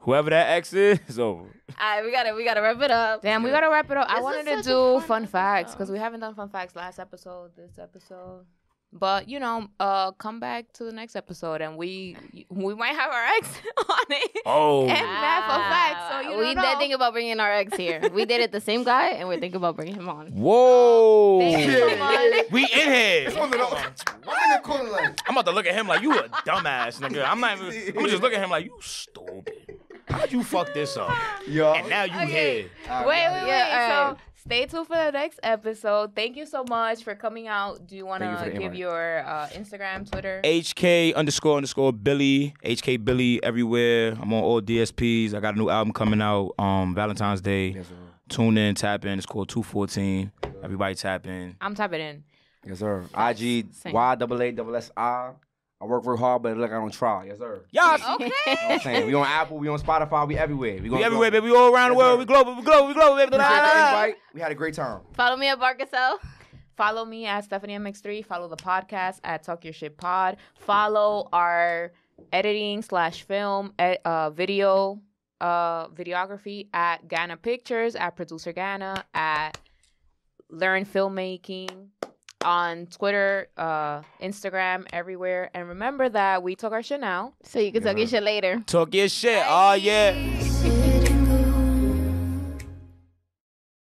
S2: Whoever that ex is, it's
S4: All
S2: over.
S4: right, we gotta we gotta wrap it up.
S3: Damn, we gotta wrap it up. I
S4: This
S3: wanted
S4: was
S3: to
S4: such a
S3: do
S4: fun
S3: fun facts
S4: episode.
S3: because we haven't done fun facts last episode, this episode. But you know, uh, come back to the next episode and we we might have our (laughs) ex on it.
S2: Oh,
S3: And bad for facts, so you
S4: Ah, we
S3: don't
S4: did
S3: know.
S4: think about bringing our ex here.
S3: (laughs)
S4: we did it the same guy, and we're thinking about bringing him on.
S2: whoa.
S4: Thank you so much.
S2: (laughs) We in here.
S1: Come on,
S4: (laughs)
S1: look. I'm in the corner like,
S2: I'm about to look at him like you a dumbass, nigga. I'm not even.
S1: (laughs)
S2: I'm gonna just look at him like you stupid. How'd you fuck this up?
S1: yo.
S2: And now you
S3: Okay.
S2: here.
S1: All right,
S3: Wait, wait,
S1: all right.
S3: wait.
S4: Yeah,
S3: So stay tuned for the next episode. Thank you so much for coming out. Do you want
S1: Thank you for
S3: to
S1: the
S3: give
S1: invite.
S3: your uh, Instagram, Twitter?
S2: HK underscore underscore Billy. HK Billy everywhere. I'm on all DSPs. I got a new album coming out um Valentine's Day.
S1: Yes, sir.
S2: Tune in, tap in. It's called 214. Everybody tap in.
S3: I'm typing in.
S1: Yes, sir. IG
S4: Same.
S1: Y double A double S I. I work real hard, but look, I don't try. Yes,
S4: (laughs)
S1: sir.
S2: Y'all,
S1: You know what I'm saying? We on Apple, we on Spotify, we everywhere. We,
S2: we
S1: gonna
S2: everywhere,
S1: go.
S2: baby. We all around the
S1: Yes,
S2: world.
S1: sir.
S2: We global. We global. We global, baby.
S1: Appreciate the
S2: La, la, la.
S1: invite. We had a great time.
S4: Follow me at Barcasel.
S3: Follow me at Stephanie MX3. Follow the podcast at Talk Your Shit Pod. Follow our editing slash film ed- uh, video uh, videography at Ghana Pictures, at Producer Ghana, at Learn Filmmaking on Twitter, uh, Instagram, everywhere. And remember that we talk our shit now.
S4: So you can talk your shit later.
S2: Talk your shit. Oh, yeah.